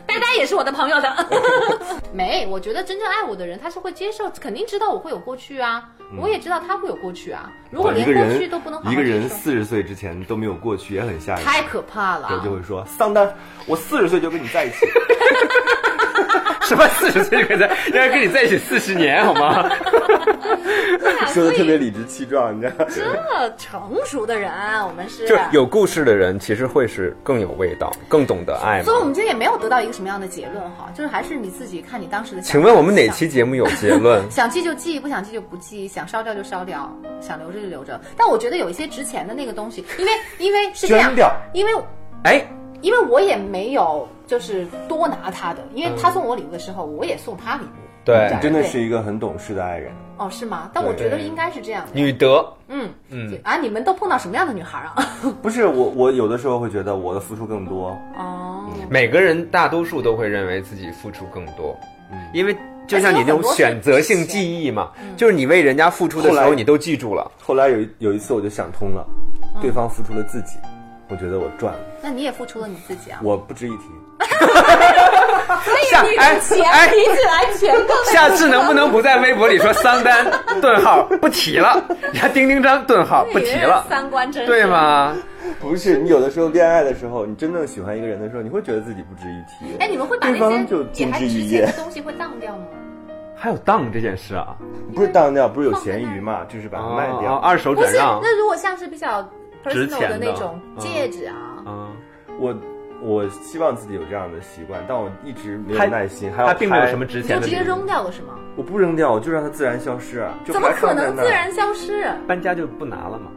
Speaker 5: 呆呆也是我的朋友的。 没，我觉得真正爱我的人，他是会接受，肯定知道我会有过去啊，我也知道他会有过去啊。如果连过去都不能好好
Speaker 4: 嗯一个人
Speaker 5: 接受
Speaker 4: 四十岁之前都没有过去，也很吓人。
Speaker 5: 太可怕了
Speaker 4: 对，就
Speaker 5: 啊。
Speaker 4: 会说桑丹，我四十岁就跟你在一起，
Speaker 6: 什么四十岁就可以在，要跟你在一起四十年好吗？
Speaker 5: 对 啊，
Speaker 4: 说
Speaker 5: 所
Speaker 4: 的
Speaker 5: 以
Speaker 4: 特别理直气壮，你知道吗？
Speaker 5: 真的成熟的人，我们 是
Speaker 6: 就有故事的人，其实会是更有味道，更懂得爱
Speaker 5: 所以我
Speaker 6: 嘛。
Speaker 5: 们今天也没有得到一个什么样的结论哈，就是还是你自己看你当时的想法。？
Speaker 6: 请问我们哪期节目有结论
Speaker 5: 想记就记，不想记就不记，想烧掉就烧掉，想留着就留着。但我觉得有一些值钱的那个东西，因为因为是这样
Speaker 4: 捐掉，
Speaker 5: 因为
Speaker 6: 哎，
Speaker 5: 因为我也没有就是多拿他的，因为他送我礼物的时候，我也送他礼物。
Speaker 6: 对
Speaker 4: 你，真的是一个很懂事的爱人。
Speaker 5: 哦，是吗？但我觉得应该是这样的。
Speaker 6: 女德，
Speaker 5: 嗯嗯啊，你们都碰到什么样的女孩啊？
Speaker 4: 不是我，我有的时候会觉得我的付出更多，
Speaker 5: 哦，
Speaker 6: 每个人大多数都会认为自己付出更多，
Speaker 4: 嗯
Speaker 6: 因为就像你那种
Speaker 5: 哎而且有很多是嗯
Speaker 6: 选择性记忆嘛，就是你为人家付出的时
Speaker 4: 后
Speaker 6: 候，
Speaker 4: 来
Speaker 6: 你都记住了。
Speaker 4: 后来有一有一次我就想通了，
Speaker 5: 嗯
Speaker 4: 对方付出了自己，我觉得我赚了，
Speaker 5: 那你也付出了你自己啊。
Speaker 4: 我不值一提。
Speaker 6: 下 哎哎，
Speaker 5: 起来钱更
Speaker 6: 下次能不能不在微博里说桑丹顿号不提了，人家丁丁张顿号不提了，
Speaker 5: 三观真是
Speaker 6: 对？吗？
Speaker 4: 不是你有的时候恋爱的时候，你真正喜欢一个人的时候，你会觉得自己不值一提。
Speaker 5: 哎，你们会把那
Speaker 4: 对方就
Speaker 5: 些也
Speaker 4: 金
Speaker 5: 还
Speaker 4: 枝
Speaker 5: 值
Speaker 4: 玉
Speaker 5: 钱
Speaker 4: 叶
Speaker 5: 的，东西会当掉吗？
Speaker 6: 还有当这件事啊，
Speaker 4: 不是当掉，不是有咸鱼嘛，就是把它卖
Speaker 6: 哦哦
Speaker 4: 掉。
Speaker 6: 二手
Speaker 5: 不
Speaker 6: 转
Speaker 5: 是，
Speaker 6: 让，
Speaker 5: 那如果像是比较
Speaker 6: 值
Speaker 5: personal
Speaker 6: 钱
Speaker 5: 的
Speaker 6: 的
Speaker 5: 那种
Speaker 6: 嗯
Speaker 5: 戒指啊，
Speaker 6: 嗯，
Speaker 4: 我我希望自己有这样的习惯，但我一直没有
Speaker 6: 它
Speaker 4: 耐心，还有
Speaker 6: 它并没有
Speaker 4: 拍
Speaker 6: 什么值
Speaker 5: 你
Speaker 6: 钱
Speaker 5: 就
Speaker 6: 的
Speaker 5: 直
Speaker 6: 理由，
Speaker 5: 接扔掉了是吗？
Speaker 4: 我不扔掉，我就让它自然消失，啊就
Speaker 5: 怎么
Speaker 4: 还
Speaker 5: 可
Speaker 4: 放在
Speaker 5: 能
Speaker 4: 那
Speaker 5: 自
Speaker 4: 儿
Speaker 5: 然消失？
Speaker 6: 搬家就不拿了嘛。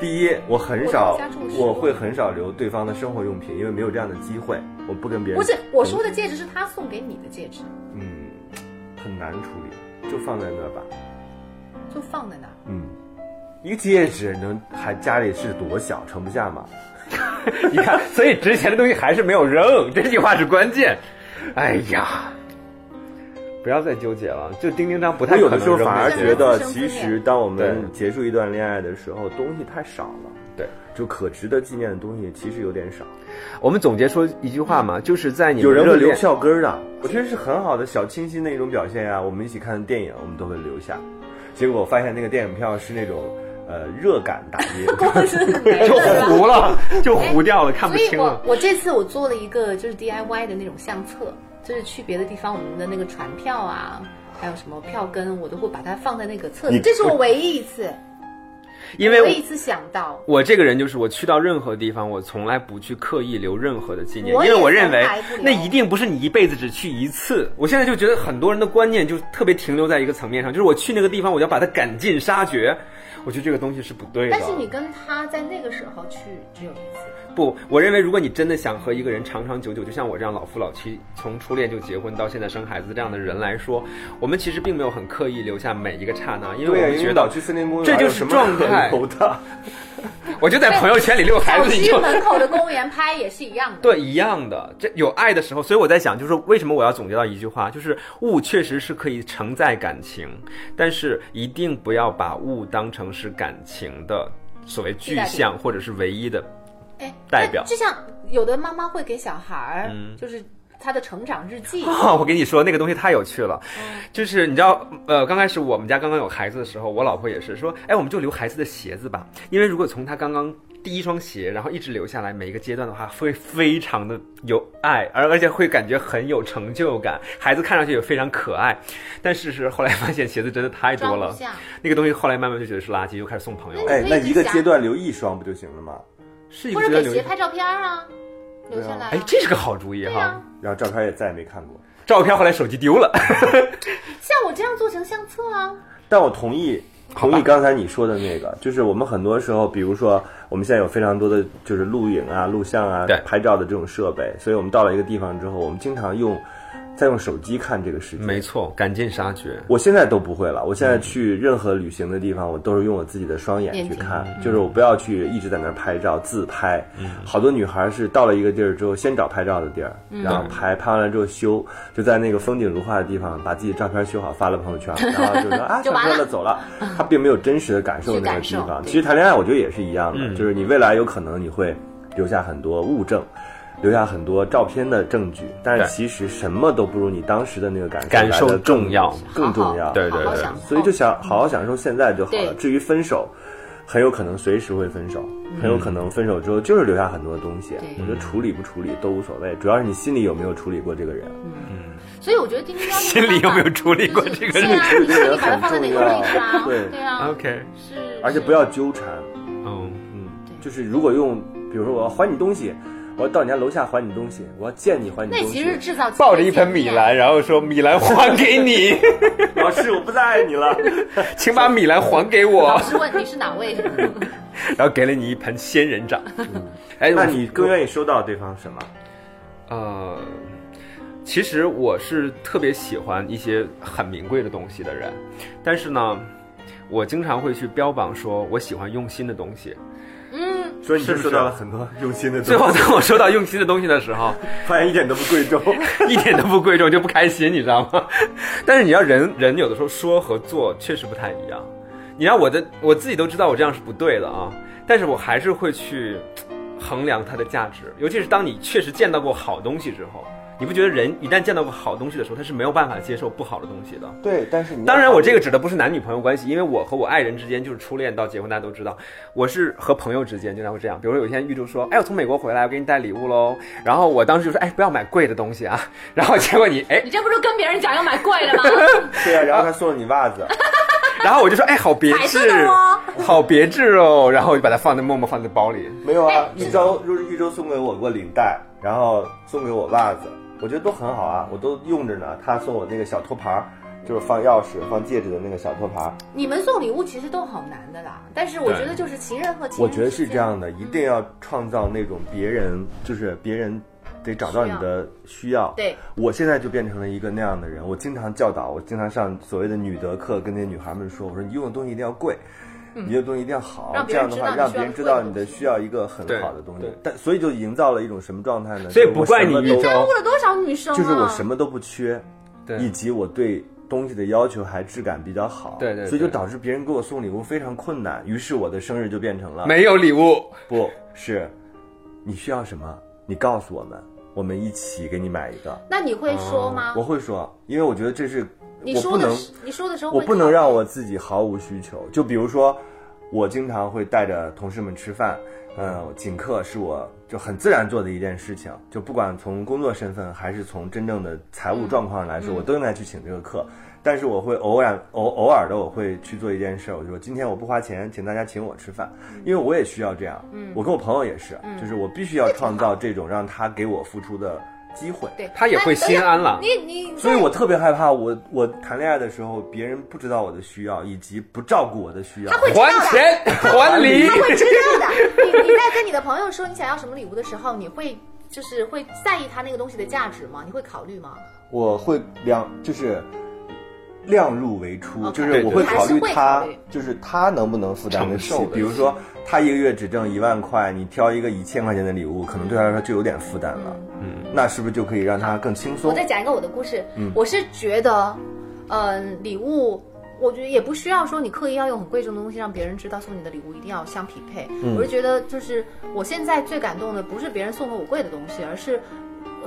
Speaker 4: 第一，我很少
Speaker 5: 我家住，十
Speaker 4: 我会很少留对方的生活用品，因为没有这样的机会，我不跟别人。
Speaker 5: 不是，我说的戒指是他送给你的戒指，
Speaker 4: 嗯，很难处理，就放在那儿吧。
Speaker 5: 就放在那 儿。
Speaker 4: 嗯，一个戒指能还家里是多小，盛不下吗？
Speaker 6: 你看，所以值钱的东西还是没有扔，这句话是关键。哎呀，不要再纠结了，就丁丁张不
Speaker 4: 我
Speaker 6: 太
Speaker 4: 有
Speaker 6: 可
Speaker 4: 的
Speaker 6: 能
Speaker 4: 时候
Speaker 6: 扔
Speaker 4: 反而
Speaker 6: 这
Speaker 5: 个
Speaker 6: 些
Speaker 4: 觉得，
Speaker 5: 人
Speaker 4: 其实当我们
Speaker 6: 对
Speaker 4: 结束一段恋爱的时候，东西太少了。
Speaker 6: 对，
Speaker 4: 就可值得纪念的东西其实有点少。
Speaker 6: 我们总结说一句话嘛，就是在你
Speaker 4: 有
Speaker 6: 们
Speaker 4: 人
Speaker 6: 热
Speaker 4: 会留
Speaker 6: 恋，
Speaker 4: 票根儿的，我觉得是很好的小清新的一种表现啊呀、我们一起看电影，我们都会留下。结果我发现那个电影票是那种呃热感打印，
Speaker 6: 就糊 了，就糊掉了，看不
Speaker 5: 所以
Speaker 6: 清
Speaker 5: 我
Speaker 6: 了。
Speaker 5: 我这次我做了一个就是 DIY 的那种相册，就是去别的地方我们的那个船票啊，还有什么票根，我都会把它放在那个册子。这是我唯一一次，
Speaker 6: 哎因为
Speaker 5: 唯一一次想到。
Speaker 6: 我这个人就是，我去到任何地方，我从来不去刻意留任何的纪念，
Speaker 5: 我也
Speaker 6: 因为我认为
Speaker 5: 从来不留
Speaker 6: 那一定不是你一辈子只去一次。我现在就觉得很多人的观念就特别停留在一个层面上，就是我去那个地方，我要把它赶尽杀绝。我觉得这个东西是不对的。
Speaker 5: 但是你跟他在那个时候去只有一次，
Speaker 6: 不，我认为如果你真的想和一个人长长久久，就像我这样老夫老妻，从初恋就结婚到现在生孩子这样的人来说，我们其实并没有很刻意留下每一个刹那，因为我
Speaker 4: 对呀，
Speaker 6: 们
Speaker 4: 因为
Speaker 6: 觉
Speaker 4: 老
Speaker 6: 得，
Speaker 4: 去森林公园，
Speaker 6: 这就
Speaker 4: 有
Speaker 6: 是
Speaker 4: 什么
Speaker 6: 状
Speaker 4: 可
Speaker 6: 态
Speaker 4: 留的。
Speaker 6: 我就在朋友圈里遛孩
Speaker 5: 小
Speaker 6: 子，你
Speaker 5: 区
Speaker 6: 就
Speaker 5: 门口的公园拍也是一样的。
Speaker 6: 对一样的。这有爱的时候，所以我在想，就是为什么我要总结到一句话，就是物确实是可以承载感情，但是一定不要把物当成是感情的所谓
Speaker 5: 替
Speaker 6: 具
Speaker 5: 代品
Speaker 6: 象或者是唯一的
Speaker 5: 哎，
Speaker 6: 代表
Speaker 5: 那就像有的妈妈会给小孩儿，
Speaker 6: 嗯
Speaker 5: 就是他的成长日记。
Speaker 6: 哦，我跟你说，那个东西太有趣了，
Speaker 5: 嗯
Speaker 6: 就是你知道，呃，刚开始我们家刚刚有孩子的时候，我老婆也是说，哎，我们就留孩子的鞋子吧，因为如果从他刚刚第一双鞋，然后一直留下来，每一个阶段的话会非常的有爱，而而且会感觉很有成就感，孩子看上去也非常可爱。但事实后来发现鞋子真的 太多
Speaker 5: 装不
Speaker 6: 了，
Speaker 5: 下。
Speaker 6: 那个东西后来慢慢就觉得是垃圾，就开始送朋友了。
Speaker 4: 哎，那一个阶段留一双不就行了吗？
Speaker 6: 是一
Speaker 5: 或
Speaker 6: 个
Speaker 5: 者
Speaker 6: 觉得
Speaker 5: 给
Speaker 6: 留
Speaker 5: 鞋拍照片儿啊，留下来、啊。
Speaker 6: 哎，这是个好主意
Speaker 5: 对
Speaker 6: 哈。
Speaker 5: 啊，
Speaker 4: 然后照片也再也没看过。
Speaker 6: 照片后来手机丢了，
Speaker 5: 像我这样做成相册啊，
Speaker 4: 但我同意，同意刚才你说的那个，就是我们很多时候，比如说我们现在有非常多的就是录影啊、录像啊
Speaker 6: 对、
Speaker 4: 拍照的这种设备，所以我们到了一个地方之后，我们经常用在用手机看这个世界。
Speaker 6: 没错，赶尽杀绝。
Speaker 4: 我现在都不会了。我现在去任何旅行的地方，我都是用我自己的双眼
Speaker 5: 嗯眼
Speaker 4: 去
Speaker 5: 睛嗯
Speaker 4: 看，就是我不要去一直在那儿拍照自拍。好多女孩是到了一个地儿之后，先找拍照的地儿，
Speaker 5: 嗯
Speaker 4: 然后拍，拍完了之后修，就在那个风景如画的地方把自己照片修好，发了朋 友圈，然后就说啊，
Speaker 5: 就
Speaker 4: 上
Speaker 5: 完
Speaker 4: 车
Speaker 5: 了
Speaker 4: 了，走 了。她并没有真实的感受
Speaker 5: 去
Speaker 4: 那个
Speaker 5: 感
Speaker 4: 地
Speaker 5: 受
Speaker 4: 方。
Speaker 5: 对
Speaker 4: 其实谈恋爱，我觉得也是一样的，
Speaker 6: 嗯
Speaker 4: 就是你未来有可能你会留下很多物证。留下很多照片的证据，但是
Speaker 6: 对
Speaker 4: 其实什么都不如你当时的那个感受
Speaker 6: 感受
Speaker 4: 来得更
Speaker 6: 重要
Speaker 4: 更重要。
Speaker 5: 好好
Speaker 6: 对对
Speaker 5: 好好
Speaker 6: 对
Speaker 5: 享受
Speaker 4: 所以就想好好享受现在就好了。
Speaker 5: 对
Speaker 4: 至于分手，很有可能随时会分手，很有可能分手之后就是留下很多东西
Speaker 5: 嗯对。
Speaker 4: 我觉得处理不处理都无所谓，主要是你心里有没有处理过这个人。
Speaker 5: 嗯所以我觉得丁丁要那个
Speaker 6: 心里有
Speaker 5: 方法
Speaker 6: 没有处理过
Speaker 5: 就是
Speaker 6: 这个
Speaker 5: 对啊，
Speaker 4: 这
Speaker 5: 你
Speaker 4: 个
Speaker 5: 心
Speaker 4: 人
Speaker 5: 里把它放在
Speaker 4: 很
Speaker 5: 哪
Speaker 4: 重
Speaker 5: 个位置啊
Speaker 4: 要？对
Speaker 5: 对啊
Speaker 6: OK，
Speaker 5: 是，
Speaker 4: 而且不要纠缠，
Speaker 6: 嗯，
Speaker 4: 嗯，
Speaker 5: 对
Speaker 4: 就是如果用，比如说我要还你东西，我要到你家楼下还你东西，我要见你还你
Speaker 5: 那
Speaker 4: 东
Speaker 5: 其
Speaker 4: 西。
Speaker 5: 实是制造
Speaker 6: 抱着一盆米兰，然后说米兰还给 你，
Speaker 4: 老师，我不再爱你 了。
Speaker 6: 请把米兰还给
Speaker 5: 老
Speaker 6: 我，
Speaker 5: 师问你是哪位？
Speaker 6: 然后给了你一盆仙人掌。哎，
Speaker 4: 嗯那
Speaker 6: 我
Speaker 4: 你更愿意收到对方什么？
Speaker 6: 呃，其实我是特别喜欢一些很名贵的东西的人，但是呢，我经常会去标榜说我喜欢用心的东西。
Speaker 5: 嗯，
Speaker 4: 所以你就
Speaker 6: 不
Speaker 4: 是
Speaker 6: 是
Speaker 4: 收到了很多用心的
Speaker 6: 最
Speaker 4: 东
Speaker 6: 后，
Speaker 4: 西，
Speaker 6: 当我收到用心的东西的时候，
Speaker 4: 发现一点都不贵 重。
Speaker 6: 一点都不贵重，就不开心，你知道吗？但是你要人人有的时候说和做确实不太一样。你让我的我自己都知道我这样是不对的啊，但是我还是会去嘖衡量它的价值，尤其是当你确实见到过好东西之后，你不觉得人一旦见到过好东西的时候，他是没有办法接受不好的东西的？
Speaker 4: 对，但是你
Speaker 6: 当然，我这
Speaker 4: 个
Speaker 6: 个指的不是男女朋友关系，因为我和我爱人之间就是初恋到结婚，大家都知道。我是和朋友之间经常会这样，比如说有一天玉珠说：“哎，我从美国回来，我给你带礼物喽。”然后我当时就说：“哎，不要买贵的东西啊。”然后结果你哎，
Speaker 5: 你这不是跟别人讲要买贵 的吗？
Speaker 4: 对啊，然后他送了你袜子。
Speaker 6: 然后我就说：“哎，好别
Speaker 5: 白色
Speaker 6: 致
Speaker 5: 的哦，
Speaker 6: 好别致哦。”然后我就把它放在默默放在包里。
Speaker 4: 没有啊，一周就是一周送给我过领带，然后送给我袜子，我觉得都很好啊，我都用着呢。他送我那个小托盘儿，就是放钥匙、放戒指的那个小托盘儿。
Speaker 5: 你们送礼物其实都好难的啦，但是我觉得就是情人和情人，
Speaker 4: 我觉得是这，样的，一定要创造那种别人，就是别人得找到你的需要。
Speaker 5: 对，
Speaker 4: 我现在就变成了一个那样的人，我经常教导，我经常上所谓的女德课，跟那些女孩们说，我说你用的东西一定要贵。你用的东西一定要好，
Speaker 5: 嗯让
Speaker 4: 这
Speaker 5: 别
Speaker 4: 样
Speaker 5: 人
Speaker 4: 的
Speaker 5: 知道
Speaker 4: 话
Speaker 5: 你
Speaker 4: 让
Speaker 5: 需
Speaker 4: 别
Speaker 5: 要
Speaker 4: 人
Speaker 5: 贵
Speaker 4: 知
Speaker 5: 的
Speaker 4: 道
Speaker 5: 东
Speaker 4: 你的
Speaker 5: 西
Speaker 4: 需要一个很
Speaker 6: 对
Speaker 4: 好的东西
Speaker 6: 对，
Speaker 4: 但所以就营造了一种什么状态呢？
Speaker 6: 所以
Speaker 4: 就是
Speaker 6: 不
Speaker 4: 我
Speaker 6: 怪
Speaker 4: 什么
Speaker 6: 你
Speaker 4: 都
Speaker 6: 遇
Speaker 5: 耽误了多少女生啊？
Speaker 4: 哦就是我什么都不缺，
Speaker 6: 对
Speaker 4: 以及我对东西的要求还质感比较好，
Speaker 6: 对对对
Speaker 4: 所以就导致别人给我送礼物非常困难，于是我的生日就变成了
Speaker 6: 没有礼物，
Speaker 4: 不是，你需要什么？你告诉我们，我们一起给你买一个。
Speaker 5: 那你会说吗？
Speaker 4: 啊我会说，因为我觉得这是
Speaker 5: 啊你
Speaker 4: 我
Speaker 5: 说
Speaker 4: 不
Speaker 5: 的
Speaker 4: 能，
Speaker 5: 是，你说的时候
Speaker 4: 我
Speaker 5: 会
Speaker 4: 不
Speaker 5: 考
Speaker 4: 能
Speaker 5: 虑
Speaker 4: 让我自己毫无需求。就比如说，我经常会带着同事们吃饭，嗯，请客是我就很自然做的一件事情。就不管从工作身份还是从真正的财务状况上
Speaker 5: 嗯
Speaker 4: 来说，我都应该去请这个客。但是我会偶然偶偶尔的，我会去做一件事，我就说今天我不花钱，请大家请我吃饭，
Speaker 5: 嗯
Speaker 4: 因为我也需要这样。嗯，我跟我朋友也是，就是我必须要创造这种让他给我付出的机会。
Speaker 5: 对，
Speaker 6: 他也会心安了
Speaker 5: 那你你
Speaker 4: 所以我特别害怕我，我谈恋爱的时候，别人不知道我的需要，以及不照顾我的需要。
Speaker 5: 会知道
Speaker 6: 还
Speaker 5: 的
Speaker 6: 钱还礼
Speaker 5: 他。会知道的。你你在跟你的朋友说你想要什么礼物的时候，你会就是会在意他那个东西的价值吗？你会考虑吗？
Speaker 4: 我会量，就是量入为出
Speaker 5: OK
Speaker 4: 就是我会考虑
Speaker 5: 还是会考
Speaker 4: 他
Speaker 5: 虑，
Speaker 4: 就是他能不能负担得起
Speaker 6: 承受得。起
Speaker 4: 比如说，他一个月只挣一万块，你挑一个一千块钱的礼物，可能对他来说就有点负担了。嗯，那是不是就可以让他更轻
Speaker 5: 我
Speaker 4: 松
Speaker 5: 再？讲一个我的故事，
Speaker 6: 嗯
Speaker 5: 我是觉得，嗯、礼物。我觉得也不需要说你刻意要用很贵重的东西让别人知道送你的礼物一定要相匹
Speaker 6: 嗯
Speaker 5: 配。我是觉得就是我现在最感动的不是别人送给我贵的东西，而是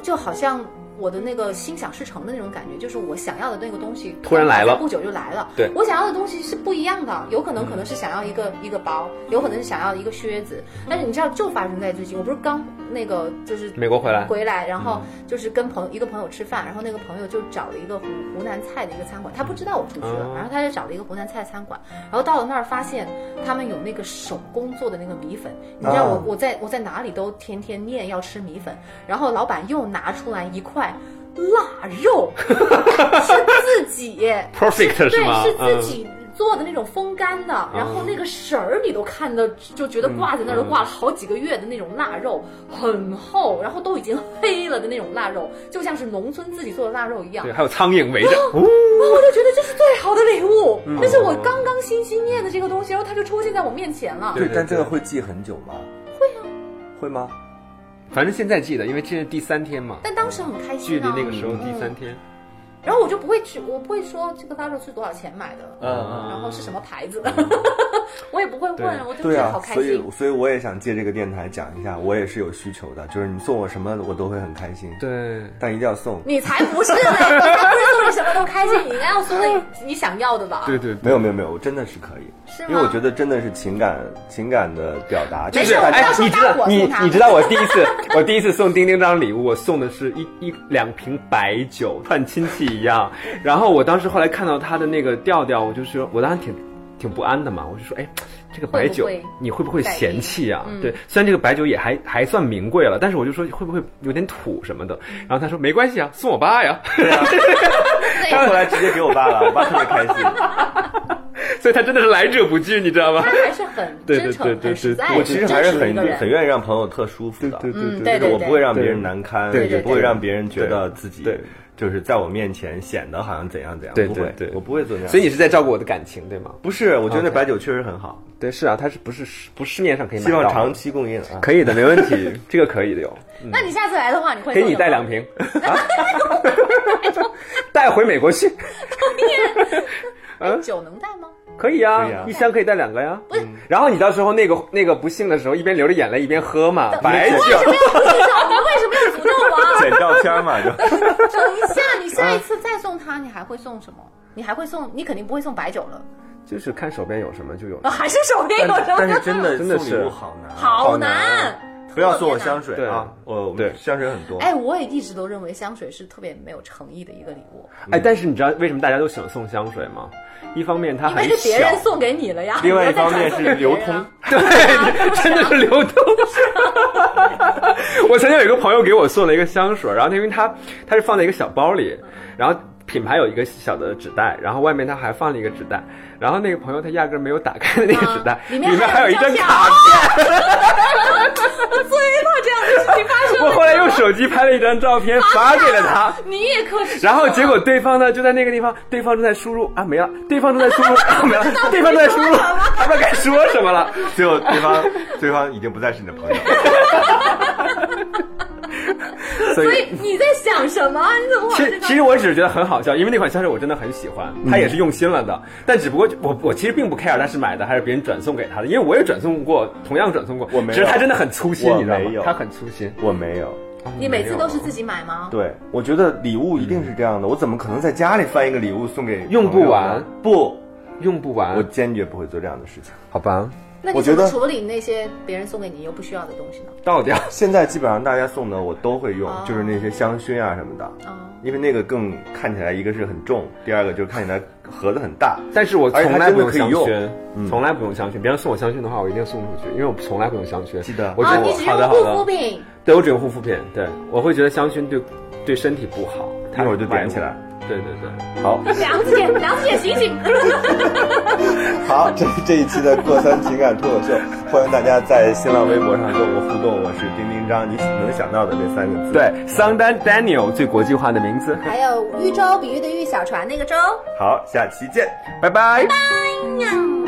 Speaker 5: 就好像我的那个心想事成的那种感觉，就是我想要的那个东西
Speaker 6: 突然来了
Speaker 5: 不久就来了。
Speaker 6: 对
Speaker 5: 我想要的东西是不一样的，有可能可能是想要一个一个包，有可能是想要一个靴子，但是你知道，就发生在最近，我不是刚那个就是
Speaker 6: 美国回来
Speaker 5: 回来，然后就是跟朋友一个朋友吃饭，然后那个朋友就找了一个湖湖南菜的一个餐馆，他不知道我出去了，
Speaker 6: 哦
Speaker 5: 然后他就找了一个湖南菜餐馆，然后到了那儿发现他们有那个手工做的那个米粉，你知道我、
Speaker 4: 啊
Speaker 5: 我在我在哪里都天天念要吃米粉，然后老板又拿出来一块腊肉， 是自己
Speaker 6: perfect 是吗？
Speaker 5: 对，是自
Speaker 6: 嗯。
Speaker 5: 己做的那种风干的，然后那个绳儿你都看的就觉得挂在那儿
Speaker 6: 嗯
Speaker 5: 都挂了好几个月的那种腊肉，很厚，然后都已经黑了的那种腊肉，就像是农村自己做的腊肉一样
Speaker 6: 对，。还啊有苍蝇围着，
Speaker 5: 哦然后我就觉得这是最好的礼物，
Speaker 6: 嗯
Speaker 5: 那是我刚刚心心念的这个东西，然后它就出现在我面前了。
Speaker 6: 对
Speaker 4: 对
Speaker 6: 对
Speaker 4: 但这个
Speaker 6: 对
Speaker 4: 会记很久吗？会啊，会吗？
Speaker 6: 反正现在记得，因为这是第三天嘛，
Speaker 5: 但当时很开
Speaker 6: 距
Speaker 5: 心
Speaker 6: 离
Speaker 5: 啊
Speaker 6: 那，个时候第三天，
Speaker 5: 然后我就不会去，我不会说这个腊肉是多少钱买的，
Speaker 4: 嗯
Speaker 5: 然后是什么牌子的， 我也不会
Speaker 6: 嗯对
Speaker 5: 问，我就觉
Speaker 4: 对
Speaker 5: 得
Speaker 4: 啊
Speaker 5: 好，开
Speaker 4: 所以
Speaker 5: 心。
Speaker 4: 所以我也想借这个电台讲一下，我也是有需求的，就是你送我什么我都会很开心，
Speaker 6: 对，
Speaker 4: 但一定要送。
Speaker 5: 你才不是嘞！你才不是送你什么都开心，你应该要送你你想要的吧？
Speaker 6: 对对
Speaker 4: 没有没有没有，我真的是可以，
Speaker 5: 是吗
Speaker 4: 因为我觉得真的是情感情感的表达，就
Speaker 5: 没
Speaker 4: 是
Speaker 5: 事我
Speaker 4: 大
Speaker 5: 到
Speaker 4: 家
Speaker 5: 时候
Speaker 6: 哎你知道
Speaker 5: 当我
Speaker 6: 你
Speaker 5: 送他
Speaker 6: 你知道我第一次我第一次送丁丁这张礼物，我送的是一一两瓶白酒，串亲戚一样。然后我当时后来看到他的那个调调，我就说，我当时挺挺不安的嘛，我就说，哎。这个白酒
Speaker 5: 会不会
Speaker 6: 你会不会
Speaker 5: 在意
Speaker 6: 嫌弃啊？
Speaker 5: 嗯
Speaker 6: 对，虽然这个白酒也还还算名贵了，但是我就说会不会有点土什么的。
Speaker 5: 嗯
Speaker 6: 然后他说没关系啊，送我爸呀。
Speaker 4: 他后来直接给我爸了，我爸特别开心。
Speaker 6: 所以他真的是来者不拒，你知道吗
Speaker 5: 他？还是很
Speaker 6: 对对
Speaker 5: 真诚、
Speaker 6: 对对
Speaker 5: 很实
Speaker 6: 对
Speaker 5: 在的，
Speaker 6: 对
Speaker 4: 我其实还是
Speaker 5: 真实
Speaker 4: 很
Speaker 5: 一个人
Speaker 4: 很愿意让朋友特舒服的，
Speaker 6: 对对
Speaker 5: 嗯
Speaker 6: 对
Speaker 5: 对
Speaker 4: 就是我不会让别人
Speaker 6: 对
Speaker 4: 难堪，
Speaker 6: 对
Speaker 5: 对
Speaker 4: 也不会
Speaker 5: 对
Speaker 4: 让别人觉得自己
Speaker 6: 对
Speaker 4: 就是在我面前显得好像怎样怎样，
Speaker 6: 对
Speaker 4: 不会
Speaker 6: 对对
Speaker 4: 我不会做那样。
Speaker 6: 所以你是在照顾我的感情，对吗？
Speaker 4: 不是，我觉得那
Speaker 6: OK
Speaker 4: 白酒确实很好，
Speaker 6: 对，是啊，它是不是市不市面上可以买
Speaker 4: 希
Speaker 6: 到的？
Speaker 4: 望长期供应啊。
Speaker 6: 可以的，没问题， 这个可以的哟。
Speaker 5: 那你下次来的话，你会
Speaker 6: 给你带两
Speaker 5: 瓶。
Speaker 6: 瓶，啊带回美国去，
Speaker 5: 哎酒能带吗？
Speaker 6: 可以啊，
Speaker 4: 可以啊
Speaker 6: 一箱可以带两个呀。嗯然后你到时候那个那个不幸的时候，一边流着眼泪一边喝嘛，白酒。
Speaker 5: 你为什么要诅咒我？
Speaker 4: 剪照 片嘛，就
Speaker 5: 等一下，你下一次再送他，你还会送什么？你还会送？你肯定不会送白酒了，
Speaker 6: 就是看手边有什么就有什
Speaker 5: 啊
Speaker 6: 么。
Speaker 4: 嗯
Speaker 5: 还是手边有什么？
Speaker 4: 但是真的
Speaker 6: 真的
Speaker 4: 送
Speaker 6: 是
Speaker 4: 礼物好难，
Speaker 5: 好
Speaker 4: 难。
Speaker 5: 难。
Speaker 4: 不要送我香水
Speaker 6: 对
Speaker 4: 啊，我
Speaker 6: 对
Speaker 4: 香水很多。
Speaker 5: 哎，我也一直都认为香水是特别没有诚意的一个礼物，
Speaker 6: 哎，但是你知道为什么大家都喜欢送香水吗？一方面它
Speaker 5: 因
Speaker 6: 很
Speaker 5: 为是别
Speaker 6: 小，
Speaker 5: 人送给你了呀。
Speaker 4: 另外一
Speaker 5: 你要再
Speaker 4: 方
Speaker 5: 转
Speaker 4: 面
Speaker 5: 送给
Speaker 4: 是流
Speaker 5: 别人啊
Speaker 4: 通。
Speaker 6: 对，真的是流动。我曾经有一个朋友给我送了一个香水，然后因为它它是放在一个小包里，然后品牌有一个小的纸袋，然后外面它还放了一个纸袋，然后那个朋友他压根儿没有打开那个纸袋，
Speaker 5: 啊
Speaker 6: 里
Speaker 5: 里面还
Speaker 6: 还
Speaker 5: 有
Speaker 6: 有
Speaker 5: 一
Speaker 6: 一
Speaker 5: 张
Speaker 6: 张
Speaker 5: 票
Speaker 6: 卡片。
Speaker 5: 我最怕这样的事情发生。
Speaker 6: 我后来用手机拍了一张照片发给了 他。
Speaker 5: 你也可耻。
Speaker 6: 然后结果对方呢就在那个地方，对方正在输入啊没了，对方正在输入啊没了，对方正在输 入，还不知道该说什么了。
Speaker 4: 最后对方对方已经不再是你的朋友，
Speaker 6: 所以
Speaker 5: 所以你在想什么？你怎么往
Speaker 6: 其
Speaker 5: 这嗯
Speaker 6: 实
Speaker 5: 方
Speaker 6: 其实我只是觉得很好笑，因为那款香水我真的很喜欢，他也是用心了的。但只不过就我我其实并不 care 他是买的还是别人转送给他的，因为我也转送过，同样转送过。
Speaker 4: 我没有
Speaker 6: 只是他真的很粗心，
Speaker 4: 我
Speaker 6: 你知道吗
Speaker 4: 没有？
Speaker 6: 他很粗心。
Speaker 4: 我没有。
Speaker 5: 你每次都是自己买吗？
Speaker 4: 对，我觉得礼物一定是这样的，我怎么可能在家里翻一个礼物送给
Speaker 6: 用不
Speaker 4: 朋友呢
Speaker 6: 完？
Speaker 4: 不，啊
Speaker 6: 用不完
Speaker 4: 我，坚决不会做这样的事情。
Speaker 6: 好吧，
Speaker 5: 那你
Speaker 4: 我
Speaker 5: 怎
Speaker 4: 觉
Speaker 5: 么
Speaker 4: 得
Speaker 5: 处理那些别人送给你又不需要的东西呢？
Speaker 6: 倒掉。
Speaker 4: 现在基本上大家送的我都会用
Speaker 5: 哦，
Speaker 4: 就是那些香薰啊什么的，
Speaker 5: 哦
Speaker 4: 因为那个更看起来一个是很重，第二个就是看起来盒子很大。
Speaker 6: 但是我
Speaker 4: 而且
Speaker 6: 从
Speaker 4: 它
Speaker 6: 来
Speaker 4: 真
Speaker 6: 不
Speaker 4: 的
Speaker 6: 用
Speaker 4: 可以
Speaker 6: 香
Speaker 4: 用
Speaker 6: 薰，
Speaker 4: 嗯
Speaker 6: 从来不用香薰。别人送我香薰的话，我一定送出去，因为我从来不用香薰。
Speaker 4: 记得
Speaker 6: 我觉
Speaker 5: 啊，
Speaker 6: 得
Speaker 5: 你
Speaker 6: 我
Speaker 5: 只
Speaker 6: 好
Speaker 5: 用
Speaker 6: 的好
Speaker 5: 护肤
Speaker 6: 的，
Speaker 5: 品，
Speaker 6: 对我只用护肤品。对，我会觉得香薰对对身体不好。
Speaker 4: 一会儿就点起来。
Speaker 6: 对对对，
Speaker 4: 好，
Speaker 5: 梁子姐，梁子姐醒醒！
Speaker 4: 好，这是这一期的过三情感脱口秀，欢迎大家在新浪微博上跟我互动。我是丁丁张，你能想到的这三个字。
Speaker 6: 对，桑丹 Daniel 最国际化的名字。
Speaker 5: 还有喻州比喻的喻，小船那个舟。
Speaker 4: 好，下期见。
Speaker 6: 拜拜。
Speaker 5: 哎呀。